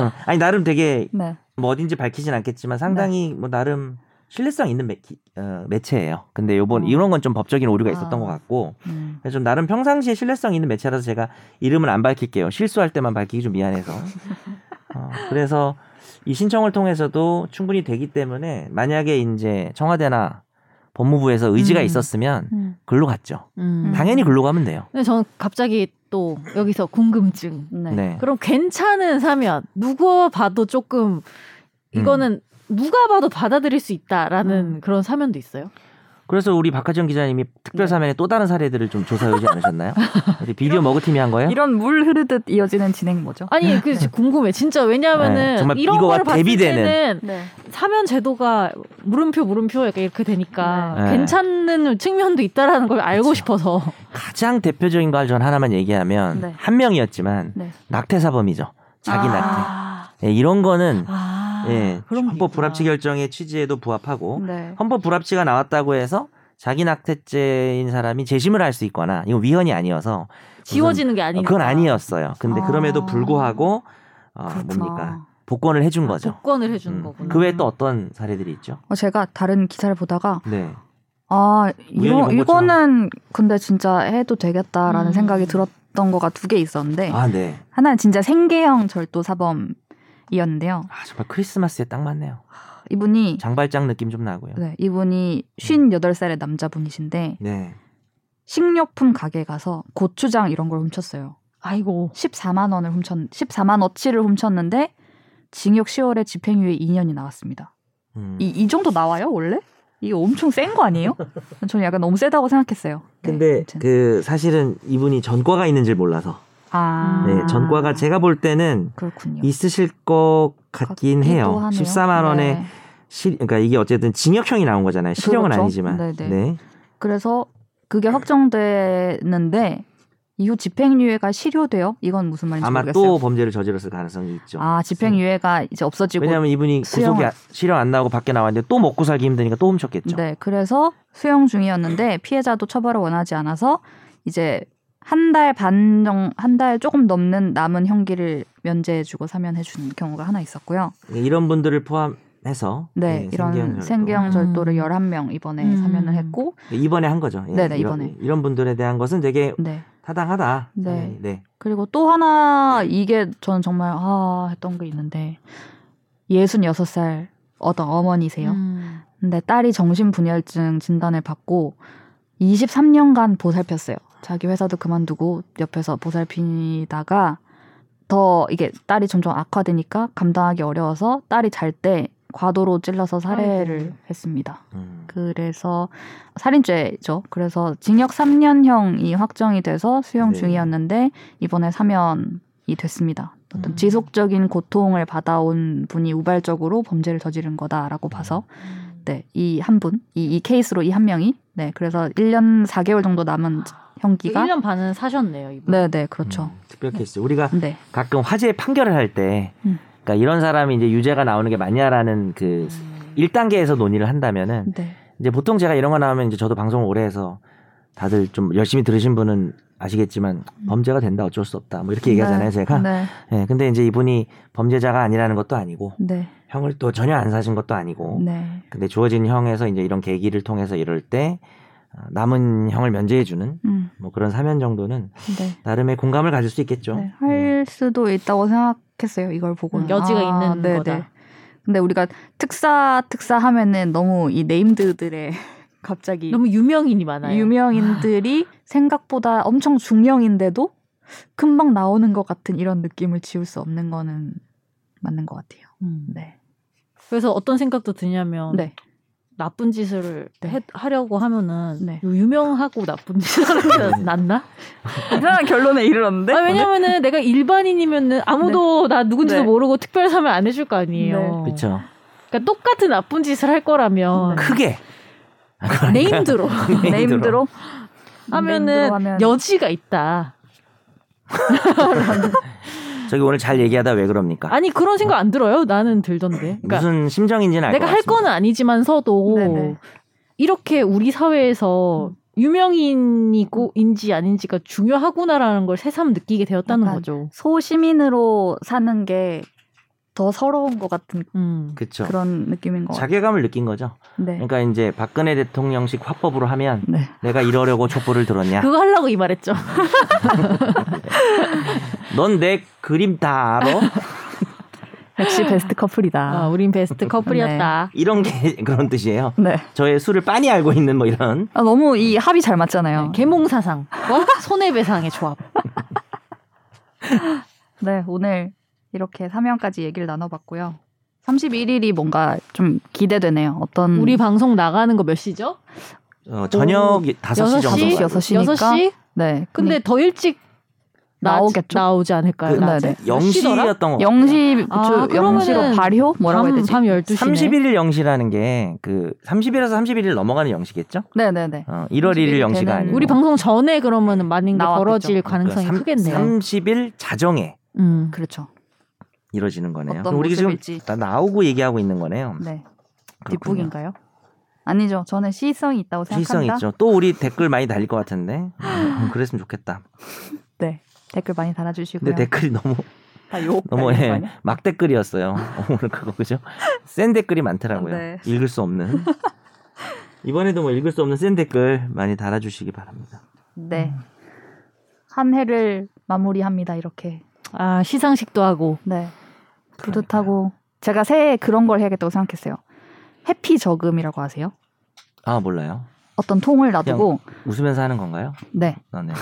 [SPEAKER 3] 어, 아니 나름 되게
[SPEAKER 1] 네.
[SPEAKER 3] 뭐 어딘지 밝히진 않겠지만 상당히 뭐 나름 신뢰성 있는 매, 기- 어, 매체예요. 근데 요번
[SPEAKER 1] 어.
[SPEAKER 3] 이런 건 좀 법적인 오류가 있었던
[SPEAKER 1] 아.
[SPEAKER 3] 것 같고
[SPEAKER 1] 음.
[SPEAKER 3] 그래서 좀 나름 평상시에 신뢰성 있는 매체라서 제가 이름을 안 밝힐게요. 실수할 때만 밝히기 좀 미안해서. 어, 그래서 이 신청을 통해서도 충분히 되기 때문에 만약에 이제 청와대나 법무부에서 의지가
[SPEAKER 1] 음.
[SPEAKER 3] 있었으면
[SPEAKER 4] 음.
[SPEAKER 3] 글로 갔죠.
[SPEAKER 4] 음.
[SPEAKER 3] 당연히 글로 가면 돼요.
[SPEAKER 4] 근데 저는 갑자기 또 여기서 궁금증.
[SPEAKER 1] 네.
[SPEAKER 3] 네.
[SPEAKER 4] 그럼 괜찮은 사면 누구 봐도 조금
[SPEAKER 3] 음.
[SPEAKER 4] 이거는 누가 봐도 받아들일 수 있다라는
[SPEAKER 1] 음.
[SPEAKER 4] 그런 사면도 있어요.
[SPEAKER 3] 그래서 우리 박하정 기자님이
[SPEAKER 4] 네.
[SPEAKER 3] 특별 사면의 또 다른 사례들을 좀 조사하지 않으셨나요? 우리 비디오 머그팀이 한 거예요?
[SPEAKER 1] 이런 물 흐르듯 이어지는 진행 뭐죠?
[SPEAKER 4] 아니 그 진짜 궁금해. 진짜 왜냐하면은
[SPEAKER 3] 네, 정말
[SPEAKER 4] 이런
[SPEAKER 3] 이거와
[SPEAKER 4] 거를 봤을
[SPEAKER 3] 대비되는.
[SPEAKER 4] 때는
[SPEAKER 1] 네.
[SPEAKER 4] 사면 제도가 물음표 물음표 약간 이렇게 되니까
[SPEAKER 1] 그러니까
[SPEAKER 3] 네. 그렇죠.
[SPEAKER 4] 괜찮은 측면도 있다라는 걸 알고
[SPEAKER 3] 그쵸.
[SPEAKER 4] 싶어서
[SPEAKER 3] 가장 대표적인 걸 전 하나만 얘기하면
[SPEAKER 1] 네.
[SPEAKER 3] 한 명이었지만
[SPEAKER 1] 네.
[SPEAKER 3] 낙태 사범이죠. 자기
[SPEAKER 1] 아.
[SPEAKER 3] 낙태. 예, 이런 거는
[SPEAKER 4] 아,
[SPEAKER 3] 예,
[SPEAKER 4] 그런 게
[SPEAKER 3] 헌법
[SPEAKER 4] 있구나. 음.
[SPEAKER 3] 불합치 결정의 취지에도 부합하고
[SPEAKER 1] 네.
[SPEAKER 3] 헌법 불합치가 나왔다고 해서 자기 낙태죄인 사람이 재심을 할 수 있거나 이건 위헌이 아니어서
[SPEAKER 4] 지워지는 게
[SPEAKER 3] 무슨-
[SPEAKER 4] 아니니까
[SPEAKER 3] 그건 아니었어요. 근데
[SPEAKER 1] 아.
[SPEAKER 3] 그럼에도 불구하고 어,
[SPEAKER 1] 그렇구나.
[SPEAKER 3] 뭡니까 복권을 해준 거죠.
[SPEAKER 4] 복권을 그렇죠. 해주는
[SPEAKER 3] 음.
[SPEAKER 4] 거구나.
[SPEAKER 3] 그 외에 또 어떤 사례들이 있죠?
[SPEAKER 1] 어, 제가 다른 기사를 보다가
[SPEAKER 3] 네.
[SPEAKER 1] 아
[SPEAKER 3] 우연히
[SPEAKER 1] 이거
[SPEAKER 3] 그 본 것처럼.
[SPEAKER 1] 이거는 근데 진짜 해도 되겠다라는
[SPEAKER 4] 음.
[SPEAKER 1] 생각이 들었던 거가 두 개 있었는데
[SPEAKER 3] 아 네.
[SPEAKER 1] 하나는 진짜 생계형 절도 사범이었는데요.
[SPEAKER 3] 아 정말 크리스마스에 딱 맞네요.
[SPEAKER 1] 이분이
[SPEAKER 3] 장발장 느낌 좀 나고요.
[SPEAKER 1] 네, 이분이 58살의 남자분이신데
[SPEAKER 3] 네.
[SPEAKER 1] 식료품 가게 가서 고추장 이런 걸 훔쳤어요.
[SPEAKER 4] 아이고
[SPEAKER 1] 14만 원을 훔쳤 14만 어치를 훔쳤는데 징역 10월에 집행유예 2년이 나왔습니다.
[SPEAKER 3] 음.
[SPEAKER 1] 이, 이 정도 나와요 원래? 이거 엄청 센 거 아니에요? 저는 약간 너무 세다고 생각했어요. 네,
[SPEAKER 3] 근데
[SPEAKER 1] 아무튼.
[SPEAKER 3] 그 사실은 이분이 전과가 있는 줄 몰라서
[SPEAKER 1] 아,
[SPEAKER 3] 네,
[SPEAKER 4] 아.
[SPEAKER 3] 전과가 제가 볼 때는
[SPEAKER 1] 그렇군요.
[SPEAKER 3] 있으실 것 같긴
[SPEAKER 1] 같기도
[SPEAKER 3] 해요.
[SPEAKER 1] 하네요.
[SPEAKER 3] 14만 원에
[SPEAKER 1] 네.
[SPEAKER 3] 실 그러니까 이게 어쨌든 징역형이 나온 거잖아요. 실형은
[SPEAKER 1] 그렇죠.
[SPEAKER 3] 아니지만.
[SPEAKER 1] 네네.
[SPEAKER 3] 네.
[SPEAKER 1] 그래서 그게 확정되는데 이후 집행유예가 실효돼요? 이건 무슨 말인지
[SPEAKER 3] 아마
[SPEAKER 1] 네, 모르겠어요.
[SPEAKER 3] 또 범죄를 저질렀을 가능성이 있죠. 네.
[SPEAKER 1] 아 집행유예가 이제 없어지고
[SPEAKER 3] 왜냐하면 이분이 구속이
[SPEAKER 1] 수형을-
[SPEAKER 3] 아- 실형 안 나오고 밖에 나왔는데 또 먹고 살기 힘드니까 또 훔쳤겠죠.
[SPEAKER 1] 네 그래서 수용 중이었는데 피해자도 처벌을 원하지 않아서 이제 한 달 반정한 달 조금 넘는 남은 형기를 면제해주고 사면해주는 경우가 하나 있었고요.
[SPEAKER 3] 이런 분들을 포함해서
[SPEAKER 1] 네,
[SPEAKER 3] 예,
[SPEAKER 1] 이런
[SPEAKER 3] 생계형
[SPEAKER 1] 생계형 절도를
[SPEAKER 4] 음.
[SPEAKER 1] 11명 이번에
[SPEAKER 4] 음.
[SPEAKER 1] 사면을 했고
[SPEAKER 3] 절도. 이번에 한 거죠. 예,
[SPEAKER 1] 네네,
[SPEAKER 3] 이런,
[SPEAKER 1] 이번에.
[SPEAKER 3] 이런 분들에 대한 것은 되게
[SPEAKER 1] 네
[SPEAKER 3] 타당하다.
[SPEAKER 1] 네.
[SPEAKER 3] 네. 네.
[SPEAKER 1] 그리고 또 하나 이게 저는 정말 아 했던 게 있는데 66살 어떤 어머니세요.
[SPEAKER 4] 음.
[SPEAKER 1] 근데 딸이 정신분열증 진단을 받고 23년간 보살폈어요. 자기 회사도 그만두고 옆에서 보살피다가 더 이게 딸이 점점 악화되니까 감당하기 어려워서 딸이 잘 때 과도로 찔러서 살해를
[SPEAKER 4] 아이고.
[SPEAKER 1] 했습니다.
[SPEAKER 3] 음.
[SPEAKER 1] 그래서 살인죄죠. 그래서 징역 3년형이 확정이 돼서 수용
[SPEAKER 3] 네.
[SPEAKER 1] 중이었는데 이번에 사면이 됐습니다. 어떤
[SPEAKER 4] 음.
[SPEAKER 1] 지속적인 고통을 받아온 분이 우발적으로 범죄를 저지른 거다라고 봐서
[SPEAKER 4] 음.
[SPEAKER 3] 음,
[SPEAKER 1] 네 이 한 분, 이, 이 케이스로 이 한 명이 네 그래서 1년 4개월 정도 남은 형기가
[SPEAKER 4] 아, 1년 그 반은 사셨네요 이분.
[SPEAKER 1] 네네 그렇죠.
[SPEAKER 3] 음, 특별 케이스. 우리가
[SPEAKER 1] 네
[SPEAKER 3] 가끔 화재 판결을 할 때
[SPEAKER 1] 음.
[SPEAKER 3] 그러니까 이런 사람이 이제 유죄가 나오는 게 맞냐라는
[SPEAKER 4] 음.
[SPEAKER 3] 그 1단계에서 논의를 한다면은
[SPEAKER 1] 네.
[SPEAKER 3] 이제 보통 제가 이런 거 나오면 이제 저도 방송을 오래 해서 다들 좀 열심히 들으신 분은 아시겠지만 범죄가 된다 어쩔 수 없다 뭐 이렇게 얘기하잖아요
[SPEAKER 1] 네,
[SPEAKER 3] 제가
[SPEAKER 1] 네,
[SPEAKER 3] 예 근데 이제 이분이 범죄자가 아니라는 것도 아니고
[SPEAKER 1] 네,
[SPEAKER 3] 형을 또 전혀 안 사신 것도 아니고
[SPEAKER 1] 네,
[SPEAKER 3] 근데 주어진 형에서 이제 이런 계기를 통해서 이럴 때 어, 남은 형을 면제해주는
[SPEAKER 1] 음,
[SPEAKER 3] 뭐 그런 사면 정도는
[SPEAKER 1] 네,
[SPEAKER 3] 나름의 공감을 가질 수 있겠죠 음.
[SPEAKER 1] 네. 할 수도 있다고 생각했어요. 이걸 아, 네, 보고
[SPEAKER 4] 음, 여지가 있는 거다.
[SPEAKER 1] 근데 우리가 특사 특사 하면은 너무 이 네임드들의 갑자기
[SPEAKER 4] 너무 유명인이 많아요.
[SPEAKER 1] 유명인들이 생각보다 엄청 중형인데도 금방 나오는 것 같은 이런 느낌을 지울 수 없는 거는 맞는 것 같아요.
[SPEAKER 4] 음.
[SPEAKER 1] 네.
[SPEAKER 4] 그래서 어떤 생각도 드냐면
[SPEAKER 1] 네.
[SPEAKER 4] 나쁜 짓을
[SPEAKER 1] 네.
[SPEAKER 4] 해- 하려고 하면은
[SPEAKER 1] 네.
[SPEAKER 4] 요 유명하고 나쁜 짓을 하는
[SPEAKER 3] 음.
[SPEAKER 4] 게 낫나?
[SPEAKER 1] 네. 이상한 결론에 이르렀는데.
[SPEAKER 4] 아, 왜냐면은 내가 일반인이면은 아무도 나 누군지도
[SPEAKER 1] 네.
[SPEAKER 4] 모르고 특별 사면 안 해줄 거 아니에요.
[SPEAKER 3] 그렇죠
[SPEAKER 4] 그러니까 똑같은 나쁜 짓을 할
[SPEAKER 1] 네.
[SPEAKER 4] 거라면
[SPEAKER 3] 크게
[SPEAKER 4] 네임드로
[SPEAKER 1] 네임드로
[SPEAKER 4] 하면은
[SPEAKER 1] 하면-
[SPEAKER 4] 여지가 있다.
[SPEAKER 3] 저기 오늘 잘 얘기하다 왜 그럽니까?
[SPEAKER 4] 아니 그런 생각 안 들어요? 나는 들던데. 그러니까
[SPEAKER 3] 무슨 심정인지는 알것
[SPEAKER 4] 내가 할
[SPEAKER 3] 같습니다.
[SPEAKER 4] 거는 아니지만서도
[SPEAKER 1] 네네.
[SPEAKER 4] 이렇게 우리
[SPEAKER 3] 음.
[SPEAKER 4] 사회에서 유명인이고인지 아닌지가 중요하구나라는 걸 새삼 느끼게 되었다는
[SPEAKER 1] 약간
[SPEAKER 4] 거죠.
[SPEAKER 1] 소시민으로 사는 게 더 서러운 것 같은
[SPEAKER 4] 음.
[SPEAKER 3] 그쵸.
[SPEAKER 1] 그런 느낌인 것 같아요.
[SPEAKER 3] 그렇죠. 자괴감을 느낀 거죠.
[SPEAKER 1] 네.
[SPEAKER 3] 그러니까 이제 박근혜 대통령식 화법으로 하면
[SPEAKER 1] 네.
[SPEAKER 3] 내가 이러려고 촛불을 들었냐.
[SPEAKER 4] 그거 하려고 이 말했죠.
[SPEAKER 3] 넌 내 그림 다 알아?
[SPEAKER 1] 역시 베스트
[SPEAKER 4] 아,
[SPEAKER 1] 커플이다.
[SPEAKER 4] 우린 베스트 커플이었다.
[SPEAKER 3] 이런 게 그런 뜻이에요.
[SPEAKER 1] 네.
[SPEAKER 3] 저의 수를 빤히 알고 있는 뭐 이런.
[SPEAKER 1] 아, 너무 이 합이 잘
[SPEAKER 3] 네.
[SPEAKER 1] 맞잖아요.
[SPEAKER 4] 개몽사상과 네,
[SPEAKER 3] 어.
[SPEAKER 4] 손해배상의 조합.
[SPEAKER 1] 네, 오늘 이렇게 3연까지 얘기를 나눠봤고요. 31일이 뭔가 좀 기대되네요. 어떤
[SPEAKER 4] 우리 방송 나가는 거 몇 시죠?
[SPEAKER 3] 어, 저녁 5시 정도.
[SPEAKER 4] 여섯 시,
[SPEAKER 1] 여섯 시.
[SPEAKER 4] 여섯 시?
[SPEAKER 1] 네,
[SPEAKER 4] 근데 더 일찍 나-
[SPEAKER 1] 나오겠죠?
[SPEAKER 4] 나오지
[SPEAKER 3] 그,
[SPEAKER 4] 않을까요? 낮에?
[SPEAKER 1] 네네.
[SPEAKER 4] 몇 시더라?
[SPEAKER 3] 0시였던 거.
[SPEAKER 1] 영시
[SPEAKER 4] 아,
[SPEAKER 1] 저 영시로
[SPEAKER 4] 그러면은
[SPEAKER 1] 발효 뭐라고
[SPEAKER 4] 밤,
[SPEAKER 1] 해야 되지?
[SPEAKER 4] 밤 12시네.
[SPEAKER 3] 31일 0시라는 게 그 30일에서 31일 넘어가는 0시겠죠?
[SPEAKER 1] 네, 네, 네.
[SPEAKER 3] 어, 1월 1일 0시가
[SPEAKER 1] 되는
[SPEAKER 3] 아니고.
[SPEAKER 4] 우리 방송 전에 그러면은 많은 게
[SPEAKER 1] 나왔겠죠. 그러니까
[SPEAKER 4] 벌어질 가능성이 크겠네요.
[SPEAKER 3] 30일 자정에
[SPEAKER 4] 음.
[SPEAKER 1] 그렇죠.
[SPEAKER 3] 이루어지는 거네요.
[SPEAKER 1] 어떤
[SPEAKER 3] 그럼 우리 지금
[SPEAKER 1] 모습일지.
[SPEAKER 3] 나 나오고 얘기하고 있는 거네요.
[SPEAKER 1] 네.
[SPEAKER 3] 그렇군요.
[SPEAKER 1] 뒷북인가요? 아니죠. 저는 시의성이 있다고
[SPEAKER 3] 시의성
[SPEAKER 1] 생각합니다.
[SPEAKER 3] 있죠. 또 우리 댓글 많이 달릴 것 같은데. 음, 그랬으면 좋겠다.
[SPEAKER 1] 네. 댓글 많이 달아주시고요.
[SPEAKER 3] 근데 네, 댓글이 너무
[SPEAKER 6] 다욕
[SPEAKER 3] 너무 예, 막 댓글이었어요. 오늘 그거 그죠? 센 댓글이 많더라고요.
[SPEAKER 1] 네.
[SPEAKER 3] 읽을 수 없는. 이번에도 뭐 읽을 수 없는 센 댓글 많이 달아주시기 바랍니다.
[SPEAKER 1] 네.
[SPEAKER 4] 음.
[SPEAKER 1] 한 해를 마무리합니다. 이렇게.
[SPEAKER 4] 아, 시상식도 하고.
[SPEAKER 1] 네. 뿌듯하고 제가 새해 그런 걸 해야겠다고 생각했어요. 해피 저금이라고 아세요?
[SPEAKER 3] 아 몰라요.
[SPEAKER 1] 어떤 통을 놔두고
[SPEAKER 3] 웃으면서 하는 건가요?
[SPEAKER 1] 네.
[SPEAKER 3] 아, 네.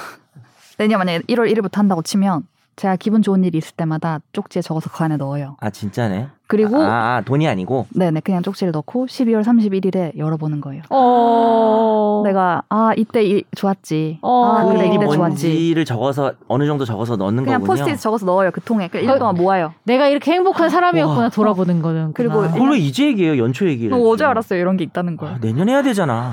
[SPEAKER 1] 내년 만약에 1월 1일부터 한다고 치면 제가 기분 좋은 일이 있을 때마다 쪽지에 적어서 그 안에 넣어요.
[SPEAKER 3] 아 진짜네.
[SPEAKER 1] 그리고
[SPEAKER 3] 아, 아, 돈이 아니고
[SPEAKER 1] 네네 그냥 쪽지를 넣고 12월 31일에 열어보는 거예요.
[SPEAKER 4] 어.
[SPEAKER 1] 내가 아 이때 이, 좋았지.
[SPEAKER 4] 어.
[SPEAKER 1] 아
[SPEAKER 3] 그
[SPEAKER 1] 그래
[SPEAKER 3] 일이
[SPEAKER 1] 이때 좋았지.
[SPEAKER 3] 뭔지를 적어서 어느 정도 적어서 넣는
[SPEAKER 1] 그냥
[SPEAKER 3] 거군요.
[SPEAKER 1] 포스트잇 적어서 넣어요 그 통에. 그 1년 동안 모아요.
[SPEAKER 4] 내가 이렇게 행복한 사람이었구나
[SPEAKER 3] 와.
[SPEAKER 4] 돌아보는 거는.
[SPEAKER 1] 그리고
[SPEAKER 3] 그걸 왜 이제 얘기해요? 연초 얘기를.
[SPEAKER 1] 저 어제 알았어요 어, 이런 게 있다는
[SPEAKER 3] 아,
[SPEAKER 1] 걸.
[SPEAKER 3] 내년 해야 되잖아.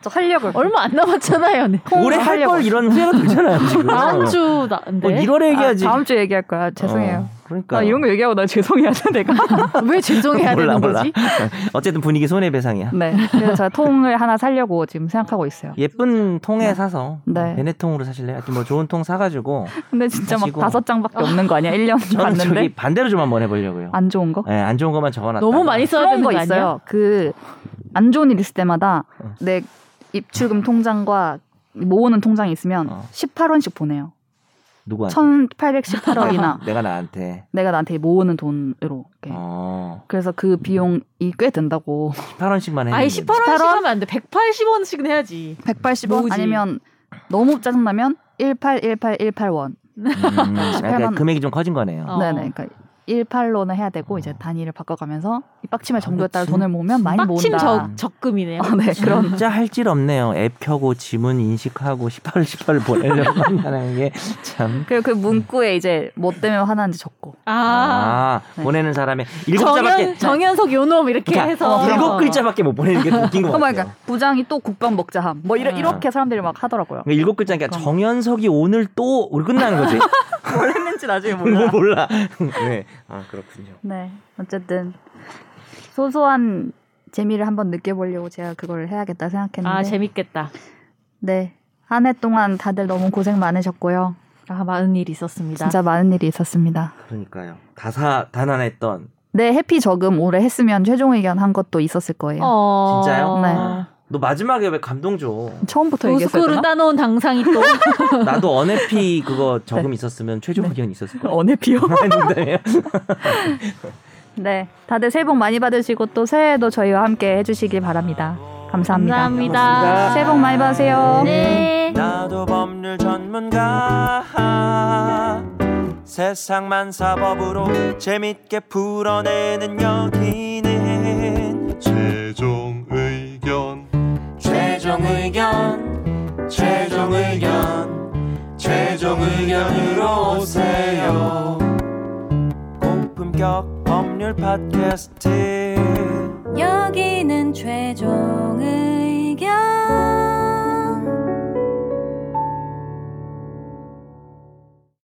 [SPEAKER 1] 저 하려고.
[SPEAKER 4] 얼마 안 남았잖아요. 네.
[SPEAKER 3] 올해 할 걸 이런 후회가 들잖아요 지금.
[SPEAKER 4] 다음 주 나인데. 네.
[SPEAKER 3] 뭐 1월에 얘기하지.
[SPEAKER 1] 아, 다음 주에 얘기할 거야.
[SPEAKER 3] 어,
[SPEAKER 1] 죄송해요.
[SPEAKER 3] 그러니까.
[SPEAKER 1] 나 아, 이런 거 얘기하고 나 죄송해하자 내가.
[SPEAKER 4] 왜 죄송해야
[SPEAKER 3] 몰라,
[SPEAKER 4] 되는
[SPEAKER 3] 몰라.
[SPEAKER 4] 거지?
[SPEAKER 3] 어쨌든 분위기 손해배상이야.
[SPEAKER 1] 네. 그래서 제가 통을 하나 사려고 지금 생각하고 있어요.
[SPEAKER 3] 예쁜 통에 사서
[SPEAKER 1] 네.
[SPEAKER 3] 베네통으로 사실래요? 하여튼 뭐 좋은 통 사가지고
[SPEAKER 1] 근데 진짜 막
[SPEAKER 3] 사시고.
[SPEAKER 1] 다섯 장밖에 없는 거 아니야? 1년
[SPEAKER 3] 저는 저기
[SPEAKER 1] 봤는데
[SPEAKER 3] 반대로 좀 한번 해보려고요.
[SPEAKER 1] 안 좋은 거?
[SPEAKER 3] 예, 안 좋은 것만 적어놨다.
[SPEAKER 4] 너무 많이 써야
[SPEAKER 1] 그런
[SPEAKER 4] 되는
[SPEAKER 1] 거
[SPEAKER 4] 거 아니야?
[SPEAKER 1] 있어요. 그 안 좋은 일 있을 때마다
[SPEAKER 3] 어.
[SPEAKER 1] 내 입출금 통장과 모으는 통장이 있으면
[SPEAKER 3] 어.
[SPEAKER 1] 18원씩 보내요.
[SPEAKER 3] 누구한테?
[SPEAKER 1] 1818원이나 네.
[SPEAKER 3] 내가 나한테.
[SPEAKER 1] 내가 나한테 모으는 돈으로. 이렇게.
[SPEAKER 3] 어,
[SPEAKER 1] 그래서 그 비용이 꽤 된다고.
[SPEAKER 3] 18원씩만 해.
[SPEAKER 4] 아니 18원씩 하면 안 돼. 180원씩 해야지.
[SPEAKER 1] 180원
[SPEAKER 4] 모으지.
[SPEAKER 1] 뭐 아니면 너무 짜증나면 181818원.
[SPEAKER 3] 음, 그러니까
[SPEAKER 1] 18원.
[SPEAKER 3] 금액이 좀 커진 거네요.
[SPEAKER 4] 어.
[SPEAKER 1] 네네. 그러니까 18로는 해야 되고 이제 단위를 바꿔가면서 이 빡침의 정도에 따라
[SPEAKER 3] 아, 진-
[SPEAKER 1] 돈을 모으면 많이
[SPEAKER 4] 빡친
[SPEAKER 1] 모은다.
[SPEAKER 4] 적, 아, 적금이네요.
[SPEAKER 1] 어, 네, 그런
[SPEAKER 3] 음, 진짜 할 질 없네요. 앱 켜고 지문 인식하고 18월 18월 보내려고 한다는 게 참.
[SPEAKER 1] 그리고 그 문구에 이제 뭐 때문에 화나는지 적고.
[SPEAKER 3] 아,
[SPEAKER 4] 아.
[SPEAKER 1] 네.
[SPEAKER 3] 보내는 사람이 일곱
[SPEAKER 4] 정연,
[SPEAKER 3] 자밖에
[SPEAKER 4] 정연석 요놈 이렇게
[SPEAKER 3] 그러니까
[SPEAKER 4] 해서 어.
[SPEAKER 3] 일곱 글자밖에 못 보내는 게 더 웃긴 것
[SPEAKER 1] 그러니까
[SPEAKER 3] 같아요.
[SPEAKER 1] 그러니까 부장이 또 국밥 먹자 함. 뭐 이러,
[SPEAKER 4] 음.
[SPEAKER 1] 이렇게 사람들이 막 하더라고요.
[SPEAKER 3] 그러니까 일곱 글자 그러니까
[SPEAKER 1] 그럼.
[SPEAKER 3] 정연석이 오늘 또 우리 끝나는 거지. 뭐
[SPEAKER 1] 뭘뭐 했는지 나중에
[SPEAKER 3] 몰라. 몰라. 네. 아 그렇군요.
[SPEAKER 1] 네. 어쨌든 소소한 재미를 한번 느껴보려고 제가 그걸 해야겠다 생각했는데.
[SPEAKER 4] 아 재밌겠다.
[SPEAKER 1] 네. 한 해 동안 다들 너무 고생 많으셨고요.
[SPEAKER 4] 아 많은 일이 있었습니다.
[SPEAKER 1] 진짜 많은 일이 있었습니다.
[SPEAKER 3] 그러니까요. 다사 다난했던
[SPEAKER 1] 네, 해피 저금 올해 했으면 최종 의견 한 것도 있었을 거예요.
[SPEAKER 4] 어...
[SPEAKER 3] 진짜요? 아.
[SPEAKER 1] 네.
[SPEAKER 3] 너 마지막에 왜 감동 줘?
[SPEAKER 1] 처음부터 얘기했어야 되나?
[SPEAKER 4] 로스쿨을 따놓은 당상이 또
[SPEAKER 3] 나도 언해피 그거 적금 있었으면 최종 의견 있었을 거야.
[SPEAKER 1] 언해피요?
[SPEAKER 3] 농담이에요.
[SPEAKER 1] 네. 다들 새해 복 많이 받으시고 또 새해에도 저희와 함께 해주시길 바랍니다. 감사합니다.
[SPEAKER 4] 감사합니다.
[SPEAKER 1] 새해 복 많이 받으세요.
[SPEAKER 4] 네.
[SPEAKER 7] 나도 법률 전문가 세상만 사법으로 재밌게 풀어내는 여기는
[SPEAKER 8] 최종 의견
[SPEAKER 7] 최종 의견 최종 의견 최종 의견으로 오세요 고품격 법률 팟캐스트
[SPEAKER 9] 여기는 최종